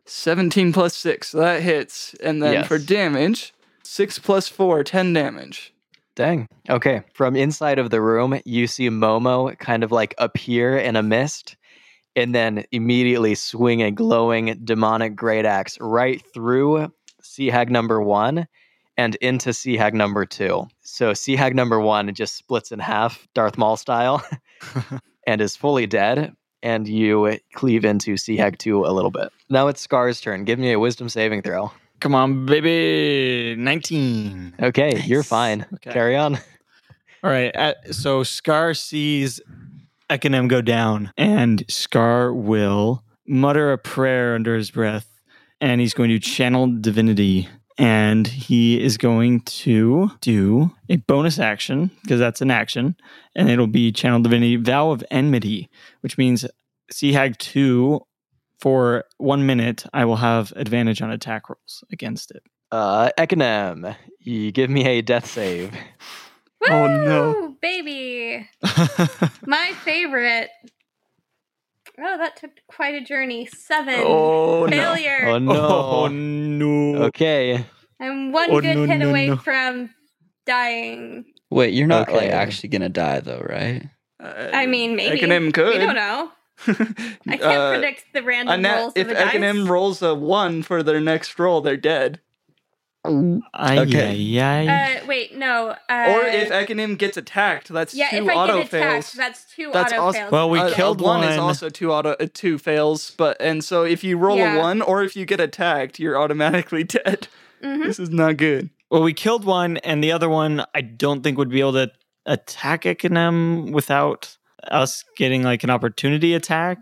Speaker 4: 17 plus 6, so that hits. And then
Speaker 1: Yes.
Speaker 4: for damage, 6 plus 4, 10 damage.
Speaker 1: Dang. Okay. From inside of the room, you see Momo kind of like appear in a mist and then immediately swing a glowing demonic great axe right through Sea Hag number one and into Sea Hag number two. So Sea Hag number one just splits in half, Darth Maul style, and is fully dead. And you cleave into Sea Hag two a little bit. Now it's Scar's turn. Give me a wisdom saving throw.
Speaker 3: Come on, baby. 19.
Speaker 1: Okay, you're
Speaker 5: Nice.
Speaker 1: fine.
Speaker 3: Okay.
Speaker 1: Carry on.
Speaker 3: All right. uh, so Scar sees Ekinem go down, and Scar will mutter a prayer under his breath, and he's going to channel divinity. And he is going to do a bonus action because that's an action, and it'll be channel divinity vow of enmity, which means Sea Hag two for one minute. I will have advantage on attack rolls against it.
Speaker 1: Uh, Ekinem, you give me a death save.
Speaker 2: Woo,
Speaker 3: Oh, no.
Speaker 2: baby! My favorite. Oh, that took quite a journey. Seven.
Speaker 4: Oh, no.
Speaker 2: Failure.
Speaker 1: Oh no.
Speaker 3: Oh no!
Speaker 1: Okay.
Speaker 2: I'm one
Speaker 3: Oh,
Speaker 2: good
Speaker 3: no,
Speaker 2: hit
Speaker 3: no,
Speaker 2: away
Speaker 3: no.
Speaker 2: from dying.
Speaker 5: Wait, you're not like
Speaker 1: Okay.
Speaker 5: actually gonna die though, right?
Speaker 4: Uh,
Speaker 2: I mean, maybe.
Speaker 4: Ekinem could.
Speaker 2: We don't know. I can't
Speaker 4: Uh,
Speaker 2: predict the
Speaker 4: a
Speaker 2: random
Speaker 4: nat-
Speaker 2: rolls
Speaker 4: if
Speaker 2: of a dice.
Speaker 4: Ekinem rolls a one for their next roll, they're dead.
Speaker 3: Ay,
Speaker 5: Okay.
Speaker 3: ay, ay.
Speaker 2: uh, wait, no. Uh,
Speaker 4: or if Ekinem gets attacked, that's
Speaker 2: yeah,
Speaker 4: two
Speaker 2: if I
Speaker 4: auto
Speaker 2: get attacked,
Speaker 4: fails.
Speaker 2: that's two
Speaker 4: That's Uh,
Speaker 2: auto
Speaker 4: also-
Speaker 2: fails.
Speaker 3: Well, we
Speaker 4: A- a
Speaker 3: killed
Speaker 4: one,
Speaker 3: one.
Speaker 4: is also two auto uh, two fails, but and so if you roll
Speaker 2: Yeah.
Speaker 4: a one or if you get attacked, you're automatically dead.
Speaker 2: Mhm.
Speaker 4: This is not good.
Speaker 3: well, we killed one, and the other one I don't think would be able to attacking them without us getting like an opportunity attack?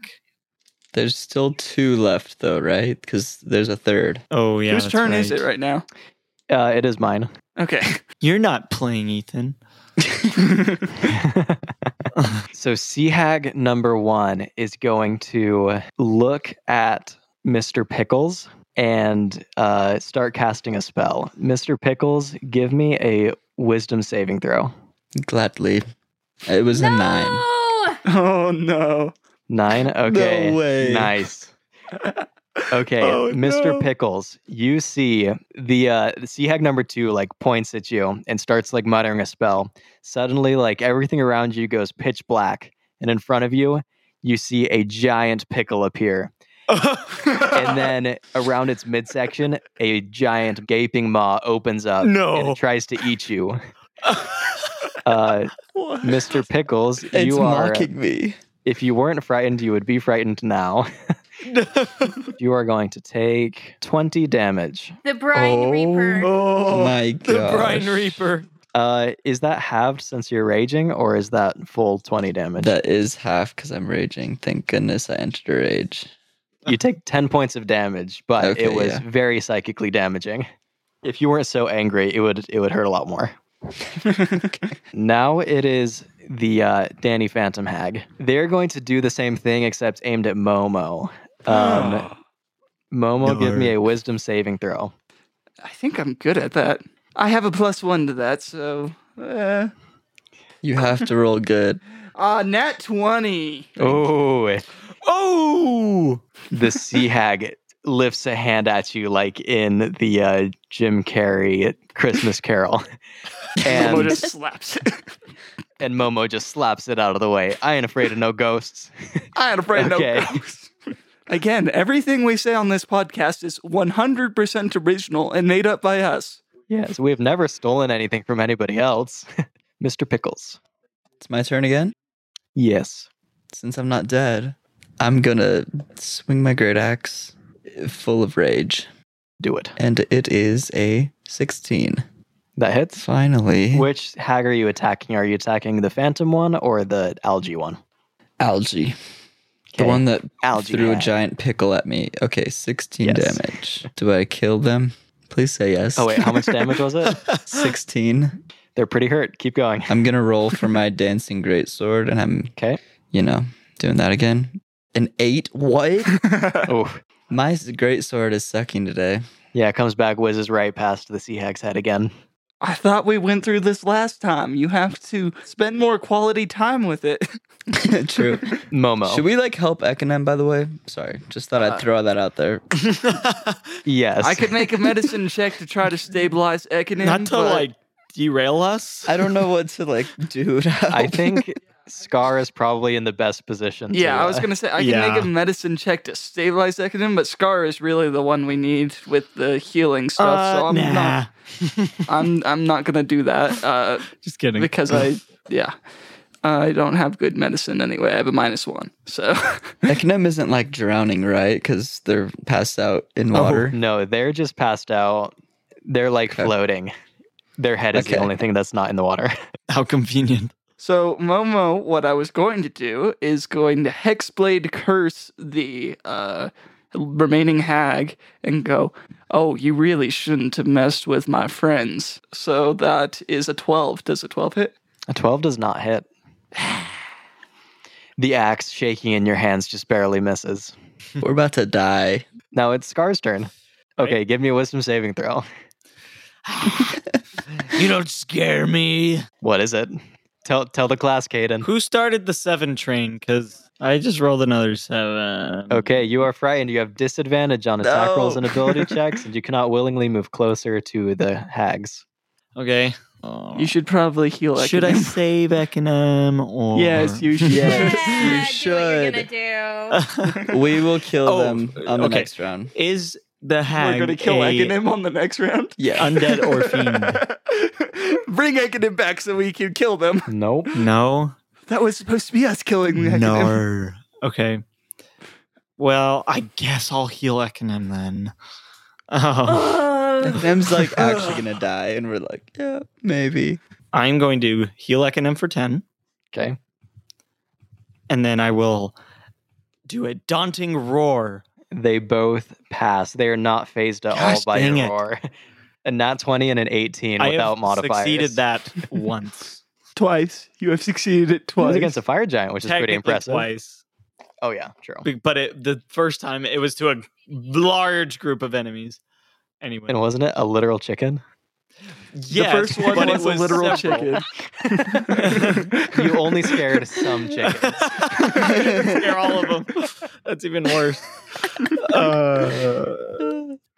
Speaker 5: There's still two left though, right? Because there's a third.
Speaker 3: Oh yeah,
Speaker 4: Whose
Speaker 3: that's
Speaker 4: turn is it right now?
Speaker 1: Uh, it is mine.
Speaker 4: Okay.
Speaker 3: You're not playing, Ethan.
Speaker 1: so Seahag number one is going to look at Mr. Pickles and uh, start casting a spell. Mr. Pickles, give me a wisdom saving throw.
Speaker 5: Gladly. It was a nine.
Speaker 2: No!
Speaker 4: Oh no.
Speaker 1: Nine. Okay.
Speaker 5: way.
Speaker 1: Nice. Okay, Mr.
Speaker 4: no.
Speaker 1: Pickles, you see the uh the sea hag number 2 like points at you and starts like muttering a spell. Suddenly like everything around you goes pitch black and in front of you you see a giant pickle appear. and then around its midsection a giant gaping maw opens up and
Speaker 3: No.
Speaker 1: it tries to eat you. uh Mr. Pickles, you are
Speaker 5: me.
Speaker 1: if you weren't frightened, you would be frightened now. you are going to take 20 damage.
Speaker 2: The Brine Reaper.
Speaker 4: Oh.
Speaker 5: My
Speaker 7: The
Speaker 5: god.
Speaker 7: Brine Reaper.
Speaker 1: Uh, is that halved since you're raging, or is that full 20 damage?
Speaker 5: That is half because I'm raging. Thank goodness I entered rage.
Speaker 1: you take 10 points of damage, but it
Speaker 5: Okay,
Speaker 1: was
Speaker 5: yeah.
Speaker 1: very psychically damaging. If you weren't so angry, it would it would hurt a lot more. Now it is the uh, Danny Phantom Hag. They're going to do the same thing except aimed at Momo. Um,
Speaker 4: Oh,
Speaker 1: Momo, give me a wisdom saving throw.
Speaker 4: I think I'm good at that. I have a plus one to that, so uh,
Speaker 5: You have to roll good.
Speaker 4: uh nat twenty.
Speaker 1: Oh,
Speaker 7: Oh,
Speaker 1: the sea hag lifts a hand at you like in the uh, Jim Carrey Christmas Carol,
Speaker 4: Momo
Speaker 1: and
Speaker 4: just slaps it.
Speaker 1: and Momo just slaps it out of the way. I ain't afraid of no ghosts.
Speaker 4: I ain't afraid of
Speaker 1: Okay.
Speaker 4: no ghosts. Again, everything we say on this podcast is 100% original and made up by us.
Speaker 1: Yes, we have never stolen anything from anybody else, Mister Pickles.
Speaker 5: It's my turn again.
Speaker 1: Yes,
Speaker 5: Since I'm not dead, I'm gonna swing my great axe uh, full of rage.
Speaker 1: do it.
Speaker 5: And it is a 16.
Speaker 1: That hits.
Speaker 5: Finally.
Speaker 1: Which hag are you attacking? Are you attacking the Phantom one or the algae one?
Speaker 5: Algae. The
Speaker 1: Okay.
Speaker 5: one that
Speaker 1: Algae
Speaker 5: threw a
Speaker 1: hag.
Speaker 5: giant pickle at me. Okay, 16
Speaker 1: Yes.
Speaker 5: damage. Do I kill them? Please say yes.
Speaker 1: Oh wait, how much damage was it?
Speaker 5: 16.
Speaker 1: They're pretty hurt. Keep going.
Speaker 5: I'm going to roll for my dancing greatsword and I'm,
Speaker 1: Okay.
Speaker 5: you know, doing that again. An 8. What?
Speaker 1: Oh,
Speaker 5: my s- greatsword is sucking today.
Speaker 1: yeah. It comes back, whizzes right past the sea hag's head again.
Speaker 4: I thought we went through this last time. You have to spend more quality time with it.
Speaker 5: True.
Speaker 1: Momo.
Speaker 5: Should we like help Ekonem by the way? Sorry. Just thought
Speaker 1: Uh,
Speaker 5: I'd throw that out there.
Speaker 1: Yes.
Speaker 4: I could make a medicine check to try to stabilize Ekonin.
Speaker 7: not to
Speaker 4: but
Speaker 7: like derail us.
Speaker 5: I don't know what to like do. to
Speaker 1: I
Speaker 5: help.
Speaker 1: think Scar is probably in the best position. to,
Speaker 4: Yeah, I was
Speaker 1: uh,
Speaker 4: going to say, I can
Speaker 7: yeah.
Speaker 4: make a medicine check to stabilize Ekonin, but Scar is really the one we need with the healing stuff. so
Speaker 7: Uh,
Speaker 4: I'm
Speaker 7: nah.
Speaker 4: not I'm I'm not going to do that. Uh
Speaker 7: Just kidding.
Speaker 4: because I yeah. I don't have good medicine anyway. I have a minus 1. So
Speaker 5: Ekonem isn't like drowning, right? Because they're passed out in
Speaker 1: Oh.
Speaker 5: water.
Speaker 1: No, they're just passed out. They're like
Speaker 5: Okay.
Speaker 1: floating. Their head is the
Speaker 5: Okay.
Speaker 1: only thing that's not in the water.
Speaker 7: How convenient.
Speaker 4: So Momo, what I was going to do is going to hexblade curse the uh, remaining hag and go, "Oh, you really shouldn't have messed with my friends." So that is a twelve. Does a twelve hit?
Speaker 1: A 12 does not hit. The axe shaking in your hands just barely misses.
Speaker 5: We're about to die.
Speaker 1: Now it's Scar's turn. Okay, give me a wisdom saving throw.
Speaker 7: You don't scare me.
Speaker 1: What is it? Tell tell the class, Caden.
Speaker 3: Who started the seven train? Because I just rolled another seven.
Speaker 1: Okay, you are frightened. You have disadvantage on attack
Speaker 5: No.
Speaker 1: rolls and ability checks, and you cannot willingly move closer to the hags.
Speaker 3: Okay. Oh.
Speaker 4: You should probably heal.
Speaker 3: Should I
Speaker 4: Ekinem.
Speaker 3: save Econom or
Speaker 4: Yes, you should.
Speaker 5: Yes, you
Speaker 2: Yeah,
Speaker 5: should.
Speaker 2: Do what you're gonna do.
Speaker 5: We will kill
Speaker 3: Oh,
Speaker 5: them on the
Speaker 3: okay.
Speaker 5: next round.
Speaker 3: is the hag
Speaker 4: We're gonna kill
Speaker 3: a
Speaker 4: Ekonim on the next round.
Speaker 5: Yeah.
Speaker 3: undead or fiend?
Speaker 4: Bring Ekonim back so we can kill them.
Speaker 1: Nope.
Speaker 3: No.
Speaker 4: That was supposed to be us killing Ekonim.
Speaker 3: No. Okay. Well, I guess I'll heal Econom then. Oh.
Speaker 5: Nem's like actually gonna die, and we're like, yeah, maybe.
Speaker 3: I'm going to heal Ekanem for 10,
Speaker 1: Okay.
Speaker 3: and then I will do a daunting roar.
Speaker 1: They both pass. They are not phased at all
Speaker 3: Gosh,
Speaker 1: by
Speaker 3: dang
Speaker 1: your
Speaker 3: it.
Speaker 1: roar. A nat 20 and an 18
Speaker 3: I
Speaker 1: without
Speaker 3: have
Speaker 1: modifiers.
Speaker 3: succeeded that once.
Speaker 4: Twice. You have succeeded it
Speaker 1: It was
Speaker 4: twice.
Speaker 1: against a fire giant, which is pretty
Speaker 3: Technically
Speaker 1: impressive.
Speaker 3: Twice.
Speaker 1: Oh, yeah, true.
Speaker 3: Be- But it, the first time it was to a large group of enemies. Anyway,
Speaker 1: And wasn't it a literal chicken?
Speaker 3: yes,
Speaker 4: the first one
Speaker 3: but it
Speaker 4: was, a literal
Speaker 3: several.
Speaker 4: chicken.
Speaker 1: You only scared some chickens.
Speaker 3: Scare all of them. That's even worse.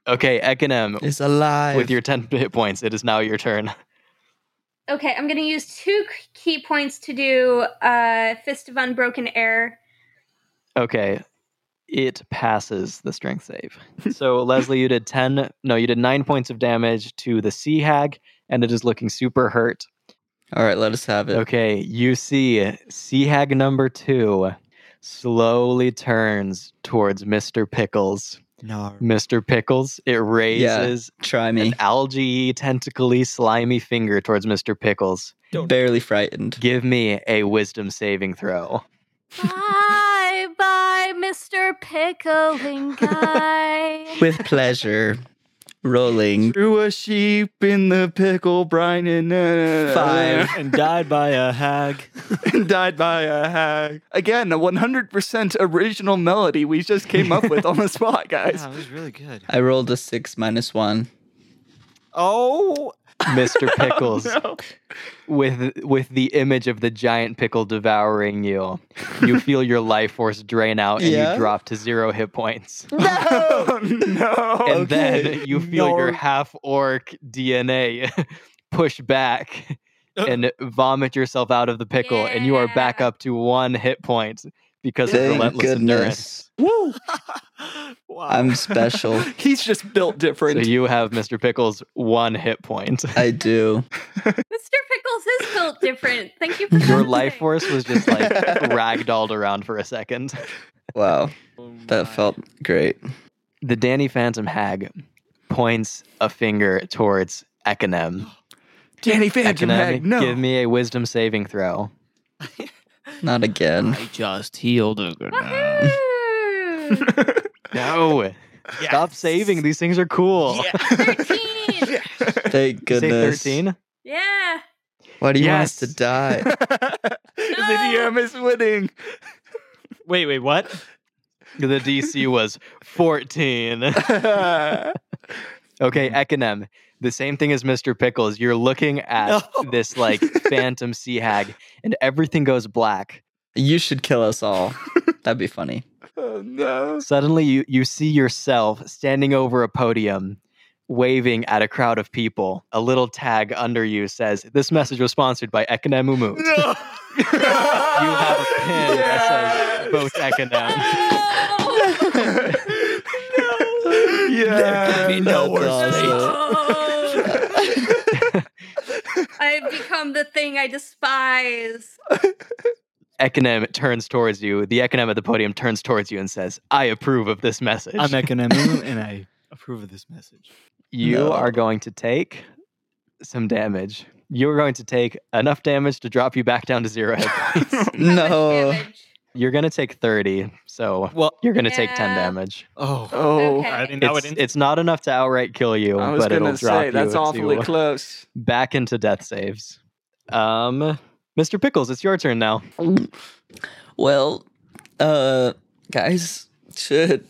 Speaker 1: Okay, Ekanem,
Speaker 5: It's alive.
Speaker 1: with your 10 hit points, it is now your turn.
Speaker 2: Okay, I'm going to use two k- key points to do uh, Fist of Unbroken Air.
Speaker 1: Okay. It passes the strength save. So, Leslie, you did 10, no, you did nine points of damage to the sea hag, and it is looking super hurt.
Speaker 5: All right, let us have it.
Speaker 1: Okay, you see sea hag number two slowly turns towards Mr. Pickles.
Speaker 5: No.
Speaker 1: Mr. Pickles, it raises
Speaker 5: Try me.
Speaker 1: an algae, tentacly, slimy finger towards Mr. Pickles.
Speaker 5: Barely frightened.
Speaker 1: Give me a wisdom saving throw.
Speaker 2: bye, bye, Mr. Pickling Guy.
Speaker 5: With pleasure. Rolling.
Speaker 4: Threw a sheep in the pickle brine and uh,
Speaker 5: Five.
Speaker 3: and died by a hag.
Speaker 4: and died by a hag. Again, a 100% original melody we just came up with on the spot, guys.
Speaker 3: was really good.
Speaker 5: I rolled a six minus one.
Speaker 3: Oh,
Speaker 1: Mr. Pickles, with with the image of the giant pickle devouring you, you feel your life force drain out and
Speaker 5: Yeah.
Speaker 1: you drop to zero hit points.
Speaker 4: Oh, no.
Speaker 1: And then you feel your half orc DNA push back
Speaker 5: Uh.
Speaker 1: and vomit yourself out of the pickle, and you are back
Speaker 2: Yeah.
Speaker 1: up to one hit point because of
Speaker 5: Thank
Speaker 1: relentless endurance.
Speaker 5: goodness.
Speaker 4: Woo.
Speaker 3: wow.
Speaker 5: I'm special.
Speaker 4: He's just built
Speaker 1: So
Speaker 4: different.
Speaker 1: you have Mr. Pickles one hit point.
Speaker 5: I do.
Speaker 2: Mr. Pickles is built different. Thank you for
Speaker 1: Your
Speaker 2: noticing.
Speaker 1: life force was just like ragdolled around for a second.
Speaker 5: Wow. That felt great.
Speaker 1: the Danny Phantom hag points a finger towards Ekanem.
Speaker 4: Danny Phantom
Speaker 1: Ekanem,
Speaker 4: Hag, no.
Speaker 1: give me a wisdom saving throw.
Speaker 5: Not again.
Speaker 7: I just healed a good man.
Speaker 2: Woohoo!
Speaker 1: No, stop saving. These things are cool.
Speaker 2: 13!
Speaker 5: Thank
Speaker 1: You say
Speaker 5: goodness.
Speaker 1: thirteen.
Speaker 2: Yeah!
Speaker 5: Why do you
Speaker 1: Yes.
Speaker 5: want us to die?
Speaker 4: The DM is winning.
Speaker 3: Wait, wait, what?
Speaker 1: The DC was fourteen. Okay, Ekanem, the same thing as Mr. Pickles. You're looking at this like phantom sea hag, and everything goes black.
Speaker 5: You should kill us all. That'd be funny.
Speaker 4: oh, no.
Speaker 1: Suddenly, you, you see yourself standing over a podium, waving at a crowd of people. A little tag under you says, This message was sponsored by Ekanemumu.
Speaker 3: No.
Speaker 1: You have a pin that says, Vote Ekanem.
Speaker 2: Oh,
Speaker 4: Yeah.
Speaker 5: no worse
Speaker 2: I've become the thing I despise.
Speaker 1: Ekanem turns towards you. The Ekanem at the podium turns towards you and says, I approve of this message.
Speaker 3: I'm Ekanemu, and I approve of this message.
Speaker 1: you
Speaker 5: No.
Speaker 1: are going to take some damage. You're going to take enough damage to drop you back down to zero. hit points.
Speaker 2: How much
Speaker 5: No.
Speaker 2: damage?
Speaker 1: You're going to take 30, so
Speaker 3: Well,
Speaker 1: you're going to take 10
Speaker 2: Yeah.
Speaker 1: damage.
Speaker 3: oh,
Speaker 4: Oh,
Speaker 2: Okay.
Speaker 3: I mean that
Speaker 1: it's,
Speaker 3: would. In-
Speaker 1: it's not enough to outright kill you,
Speaker 4: I was
Speaker 1: but
Speaker 4: going
Speaker 1: it'll
Speaker 4: to
Speaker 1: drop
Speaker 4: say,
Speaker 1: you
Speaker 4: that's
Speaker 1: to
Speaker 4: awfully close.
Speaker 1: back into death saves. Um, Mr. Pickles, it's your turn now.
Speaker 5: Well, uh, guys, should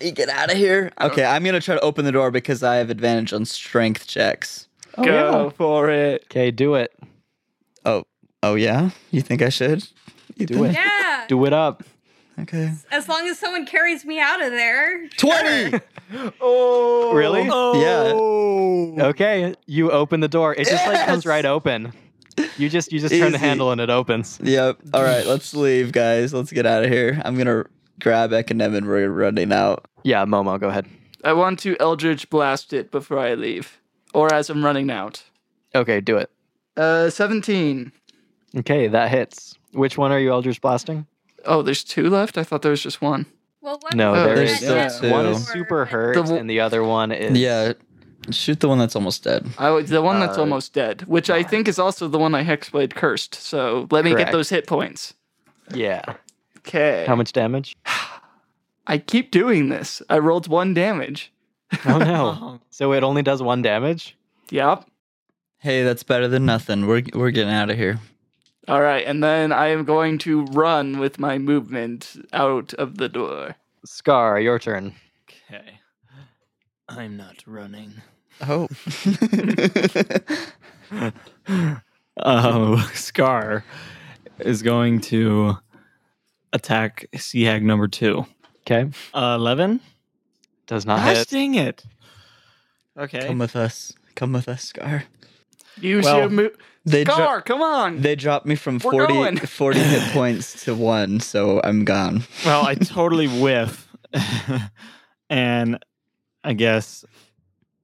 Speaker 5: we get out of here? Okay, I'm gonna try to open the door because I have advantage on strength checks.
Speaker 4: Oh, Go for it.
Speaker 1: Okay, do it.
Speaker 5: Oh yeah, you think I should? You
Speaker 1: Do it.
Speaker 2: Yeah.
Speaker 1: Do it up.
Speaker 5: Okay.
Speaker 2: As long as someone carries me out of there.
Speaker 5: Twenty.
Speaker 4: Oh.
Speaker 1: Really?
Speaker 5: Yeah.
Speaker 1: Okay, you open the door. It just like comes
Speaker 5: Yes!
Speaker 1: right open. You just you just turn the
Speaker 5: Easy.
Speaker 1: handle and it opens.
Speaker 5: Yep. All right, let's leave, guys. Let's get out of here. I'm gonna grab Ekinem and we're running out.
Speaker 1: Yeah, Momo, go ahead.
Speaker 4: I want to Eldritch Blast it before I leave, or as I'm running out.
Speaker 1: Okay, do it.
Speaker 4: Uh, 17.
Speaker 1: Okay, that hits. Which one are you Elders blasting?
Speaker 4: Oh, there's two left? I thought there was just one.
Speaker 2: Well, one
Speaker 1: No,
Speaker 5: Oh,
Speaker 1: there
Speaker 5: there's
Speaker 1: is
Speaker 5: still
Speaker 1: one
Speaker 5: two.
Speaker 1: is super hurt
Speaker 4: The w-
Speaker 1: and the other one is
Speaker 5: Yeah. Shoot the one that's almost dead.
Speaker 4: I would, the one that's
Speaker 1: Uh,
Speaker 4: almost dead, which I think is also the one I hexblade cursed. So let me
Speaker 1: Correct.
Speaker 4: get those hit points.
Speaker 1: Yeah.
Speaker 4: Okay.
Speaker 1: How much damage?
Speaker 4: I keep doing this. I rolled one damage.
Speaker 1: Oh no. so it only does one damage?
Speaker 4: Yep.
Speaker 5: Hey, that's better than nothing. We're we're getting out of here.
Speaker 4: All right, and then I am going to run with my movement out of the door.
Speaker 1: Scar, your turn.
Speaker 7: Okay. I'm not running.
Speaker 5: Oh.
Speaker 7: Oh, Scar is going to attack Sea Hag number two.
Speaker 1: Okay.
Speaker 7: Uh, 11?
Speaker 1: Does not
Speaker 7: Gosh,
Speaker 1: hit.
Speaker 7: dang it. Okay.
Speaker 5: Come with us. Come with us, Scar.
Speaker 4: Use
Speaker 7: Well,
Speaker 4: your move.
Speaker 5: They dro-
Speaker 4: Scar, come on.
Speaker 5: They dropped me from
Speaker 4: We're
Speaker 5: 40,
Speaker 4: going.
Speaker 5: 40 hit points to one, so I'm gone.
Speaker 7: well, I totally whiff. and I guess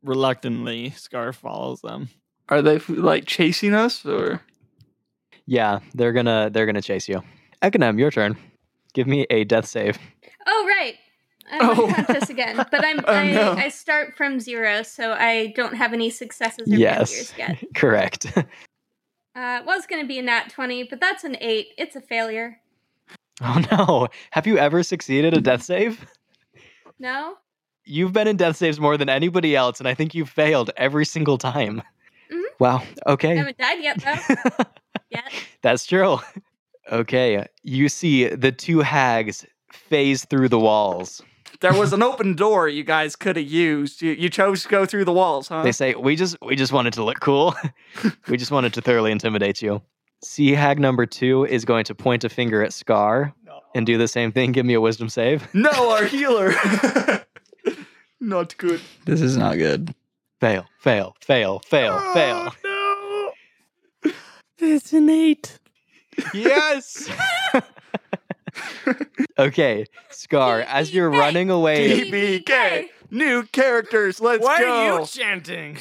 Speaker 7: reluctantly, Scar follows them.
Speaker 4: Are they like chasing us or?
Speaker 1: Yeah, they're gonna they're gonna chase you. Ekonem, your turn. Give me a death save.
Speaker 2: Oh right. I don't
Speaker 4: Oh.
Speaker 2: have this again, but I'm
Speaker 4: Oh,
Speaker 2: I,
Speaker 4: no.
Speaker 2: I start from zero, so I don't have any successes or failures
Speaker 1: Yes.
Speaker 2: yet.
Speaker 1: Correct.
Speaker 2: Uh, it was going to be a nat twenty, but that's an eight. It's a failure.
Speaker 1: oh no. Have you ever succeeded a death save?
Speaker 2: No.
Speaker 1: You've been in death saves more than anybody else, and I think you've failed every single time.
Speaker 2: Mhm.
Speaker 1: Wow.
Speaker 2: I
Speaker 1: Okay.
Speaker 2: haven't died yet, though. yet.
Speaker 1: That's true. Okay. You see the two hags phase through the walls.
Speaker 4: There was an open door you guys could have used. You, you chose to go through the walls, huh?
Speaker 1: They say, "We just we just wanted to look cool. we just wanted to thoroughly intimidate you." Sea hag number 2 is going to point a finger at Scar and do the same thing. Give me a wisdom save.
Speaker 4: no, our healer. Not good.
Speaker 5: This is not good.
Speaker 1: Fail, fail, fail, fail, fail.
Speaker 4: No.
Speaker 7: It's an eight.
Speaker 1: Yes. okay, Scar, as you're running away,
Speaker 4: DBK. New characters. Let's
Speaker 7: Why
Speaker 4: go.
Speaker 7: are you chanting?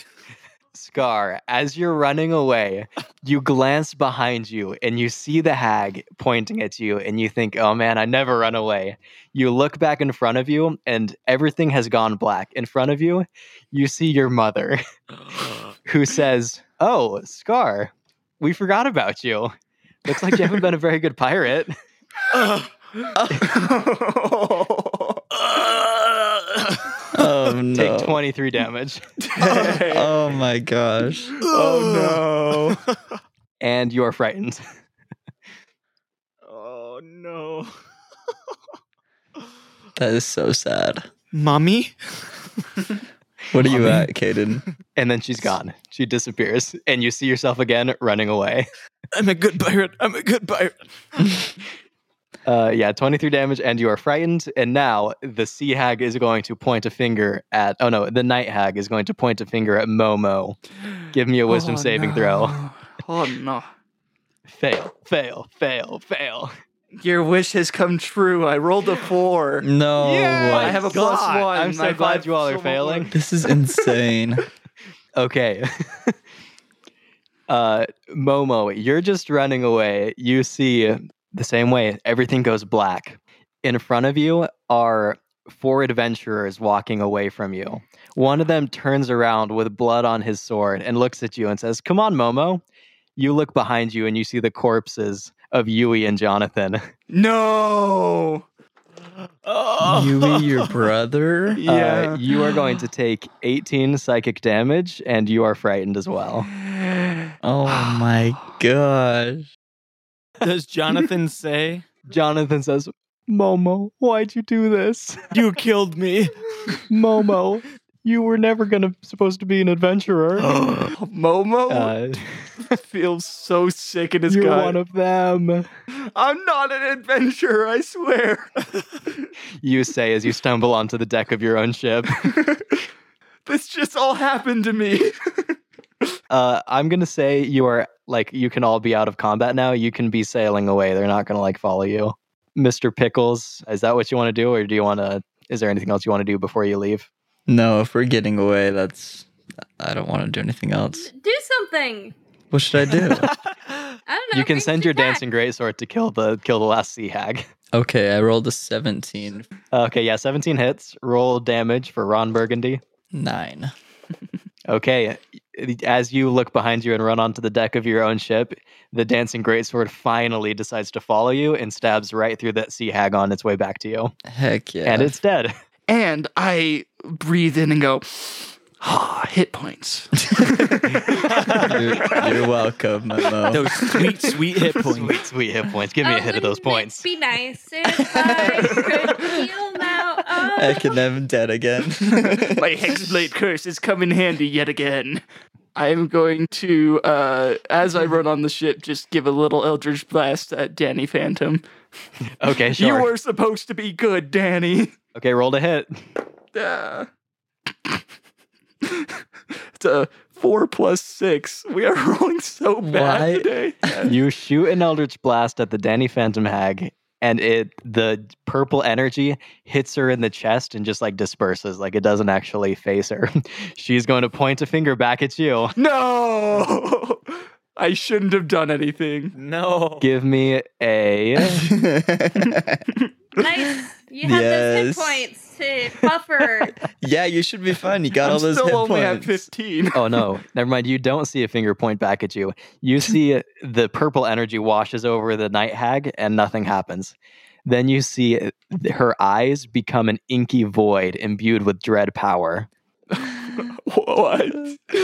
Speaker 1: Scar, as you're running away, you glance behind you and you see the hag pointing at you, and you think, oh man, I never run away. You look back in front of you, and everything has gone black. In front of you, you see your mother, who says, Oh, Scar, we forgot about you. Looks like you haven't been a very good pirate.
Speaker 5: Oh no.
Speaker 1: Take 23 damage,
Speaker 5: Oh my gosh.
Speaker 4: oh no.
Speaker 1: and you are frightened.
Speaker 7: Oh, no.
Speaker 5: That is so sad.
Speaker 7: Mommy?
Speaker 5: What are you at, Caden?
Speaker 1: And then she's gone. She disappears, and you see yourself again running away.
Speaker 7: I'm a good pirate. I'm a good pirate.
Speaker 1: Uh, yeah, 23 damage, and you are frightened. And now the sea hag is going to point a finger at. Oh no, the night hag is going to point a finger at Momo. Give me a wisdom
Speaker 4: Oh,
Speaker 1: saving throw.
Speaker 4: no. Oh no.
Speaker 1: Fail, fail, fail, fail.
Speaker 4: Your wish has come true. I rolled a four.
Speaker 5: No.
Speaker 4: I have a plus
Speaker 1: God,
Speaker 4: one.
Speaker 1: I'm so
Speaker 4: I
Speaker 1: glad
Speaker 4: vibe
Speaker 1: you all are
Speaker 4: so much.
Speaker 1: failing.
Speaker 5: This is insane.
Speaker 1: Okay. uh, Momo, you're just running away. You see the same way, everything goes black. In front of you are four adventurers walking away from you. One of them turns around with blood on his sword and looks at you and says, Come on, Momo. You look behind you and you see the corpses of Yui and Jonathan. Uh,
Speaker 4: No.
Speaker 7: Oh.
Speaker 5: Yui, your brother?
Speaker 1: Uh, you are going to take 18 psychic damage and you are frightened as well.
Speaker 5: Oh my gosh.
Speaker 7: Does Jonathan say,
Speaker 1: Jonathan says, Momo, why'd you do this?
Speaker 7: You killed me?
Speaker 1: Momo, you were never gonna supposed to be an adventurer.
Speaker 4: Momo
Speaker 1: Uh,
Speaker 4: feels so sick in his
Speaker 1: you're
Speaker 4: gut.
Speaker 1: one of them.
Speaker 4: I'm not an adventurer, I swear.
Speaker 1: You say as you stumble onto the deck of your own ship.
Speaker 4: this just all happened to me.
Speaker 1: Uh, I'm gonna say you are like you can all be out of combat now. You can be sailing away. They're not gonna like follow you. Mr. Pickles, is that what you want to do, or do you want to? Is there anything else you want to do before you leave?
Speaker 5: No, if we're getting away, that's. I don't want to do anything else.
Speaker 2: Do something.
Speaker 5: What should I do?
Speaker 2: I don't know.
Speaker 1: You can
Speaker 2: bring
Speaker 1: send
Speaker 2: shit
Speaker 1: your
Speaker 2: back.
Speaker 1: dancing greatsword to kill the kill the last sea hag.
Speaker 5: okay, I rolled a 17.
Speaker 1: Uh, Okay, yeah, 17 hits. Roll damage for Ron Burgundy.
Speaker 5: Nine.
Speaker 1: Okay, as you look behind you and run onto the deck of your own ship, the dancing greatsword finally decides to follow you and stabs right through that sea hag on its way back to you,
Speaker 5: Heck yeah.
Speaker 1: and it's dead.
Speaker 4: And I breathe in and go, ah, hit points.
Speaker 5: you're, you're welcome, Momo.
Speaker 7: Those sweet, sweet hit points.
Speaker 1: Sweet, sweet hit points. Give me a hit of those points.
Speaker 2: Oh, Be nice if I could heal now. Oh,
Speaker 5: I can am dead again.
Speaker 4: My Hexblade curse has come in handy yet again. I'm going to, uh, as I run on the ship, just give a little Eldritch Blast at Danny Phantom.
Speaker 1: Okay, sure.
Speaker 4: You were supposed to be good, Danny.
Speaker 1: okay, roll to hit.
Speaker 4: Uh. it's a four plus six. We are rolling so bad
Speaker 5: Why?
Speaker 4: today.
Speaker 1: You shoot an eldritch blast at the Danny Phantom hag, and it the purple energy hits her in the chest and just like disperses, like it doesn't actually face her. She's going to point a finger back at you.
Speaker 4: No! I shouldn't have done anything.
Speaker 3: No.
Speaker 1: Give me a
Speaker 2: Nice. You have those hit
Speaker 5: Yes.
Speaker 2: points to buffer.
Speaker 5: yeah, you should be fine. You got
Speaker 4: I'm
Speaker 5: all those
Speaker 4: still
Speaker 5: hit
Speaker 4: only at
Speaker 5: points.
Speaker 4: 15.
Speaker 1: Oh no, never mind. You don't see a finger point back at you. You see the purple energy washes over the night hag and nothing happens. Then you see her eyes become an inky void imbued with dread power.
Speaker 4: what?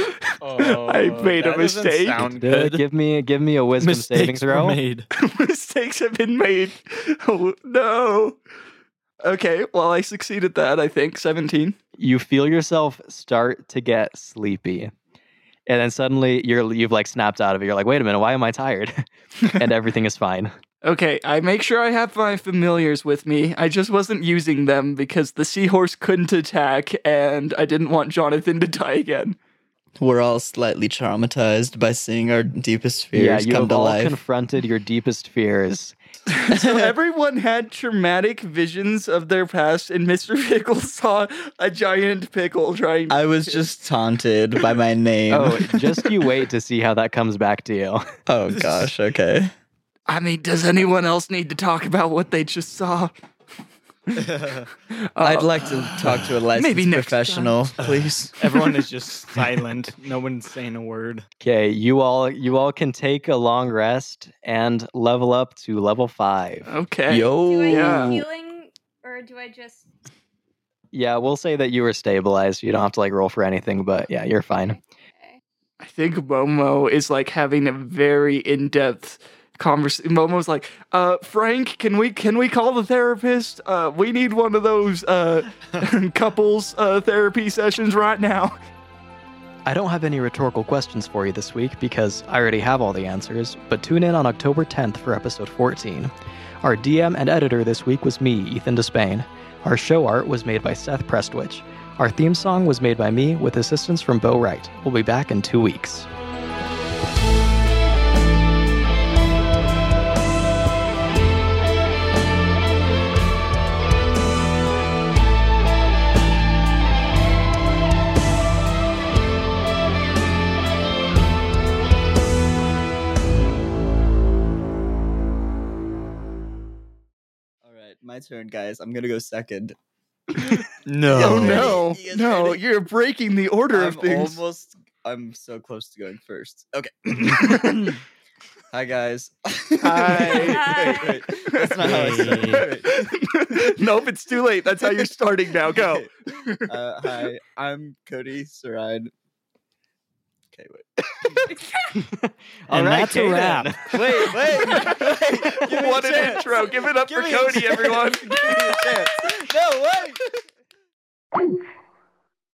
Speaker 7: Oh,
Speaker 4: I made a
Speaker 3: that doesn't
Speaker 4: mistake.
Speaker 3: sound
Speaker 1: Dude,
Speaker 3: good.
Speaker 1: give me give me a wisdom saving
Speaker 7: Mistakes were
Speaker 1: throw.
Speaker 7: made.
Speaker 4: Mistakes have been made. Oh, no. Okay, well, I succeeded that, I think. 17.
Speaker 1: You feel yourself start to get sleepy. And then suddenly you're you've like snapped out of it. You're like, "Wait a minute, why am I tired?" and everything is fine.
Speaker 4: Okay, I make sure I have my familiars with me. I just wasn't using them because the seahorse couldn't attack, and I didn't want Jonathan to die again.
Speaker 5: We're all slightly traumatized by seeing our deepest
Speaker 1: Yeah,
Speaker 5: fears
Speaker 1: you
Speaker 5: come
Speaker 1: have
Speaker 5: to
Speaker 1: all
Speaker 5: life.
Speaker 1: confronted your deepest fears.
Speaker 4: So everyone had traumatic visions of their past, and Mr. Pickle saw a giant pickle trying.
Speaker 5: I was just taunted by my name.
Speaker 1: Oh,
Speaker 5: Oh,
Speaker 1: just you wait to see how that comes back to you.
Speaker 5: gosh, okay.
Speaker 4: I mean, does anyone else need to talk about what they just saw? Uh,
Speaker 5: I'd like to talk to a licensed
Speaker 4: maybe next
Speaker 5: professional, please.
Speaker 7: Everyone is just silent. No one's saying a word.
Speaker 1: Okay, you all you all can take a long rest and level up to level 5.
Speaker 4: Okay.
Speaker 5: Yo.
Speaker 2: Do I
Speaker 4: Yeah.
Speaker 2: do healing or do I just
Speaker 1: Yeah, we'll say that you were stabilized. You don't have to like roll for anything, but yeah, you're fine.
Speaker 4: I think Momo is like having a very in-depth conversation. Momo's like, uh, Frank, can we can we call the therapist? Uh, we need one of those uh, couples uh, therapy sessions right now.
Speaker 1: I don't have any rhetorical questions for you this week because I already have all the answers, but tune in on October 10th for episode 14. Our DM and editor this week was me, Ethan Despain. Our show art was made by Seth Prestwich. Our theme song was made by me with assistance from Bo Wright. We'll be back in 2 weeks.
Speaker 5: All right, my turn, guys. I'm gonna go second.
Speaker 7: No.
Speaker 4: Oh, no,
Speaker 5: Ready? You guys
Speaker 4: no,
Speaker 5: ready?
Speaker 4: you're breaking the order
Speaker 5: I'm
Speaker 4: of things.
Speaker 5: almost. I'm so close to going first. Okay. Hi, guys.
Speaker 4: Hi.
Speaker 5: Wait, wait, That's not how I started. Wait, wait.
Speaker 4: nope, it's too late. That's how you're starting now. Go.
Speaker 5: uh, hi, I'm Cody Sarine. Okay, wait.
Speaker 1: All
Speaker 7: and
Speaker 1: right,
Speaker 7: that's a
Speaker 1: Kaden.
Speaker 7: wrap.
Speaker 5: Wait, wait. Give me a
Speaker 4: what an
Speaker 5: chance.
Speaker 4: intro. Give it up
Speaker 5: Give
Speaker 4: for
Speaker 5: me a
Speaker 4: Cody,
Speaker 5: chance.
Speaker 4: everyone.
Speaker 5: Give me a chance. No, wait.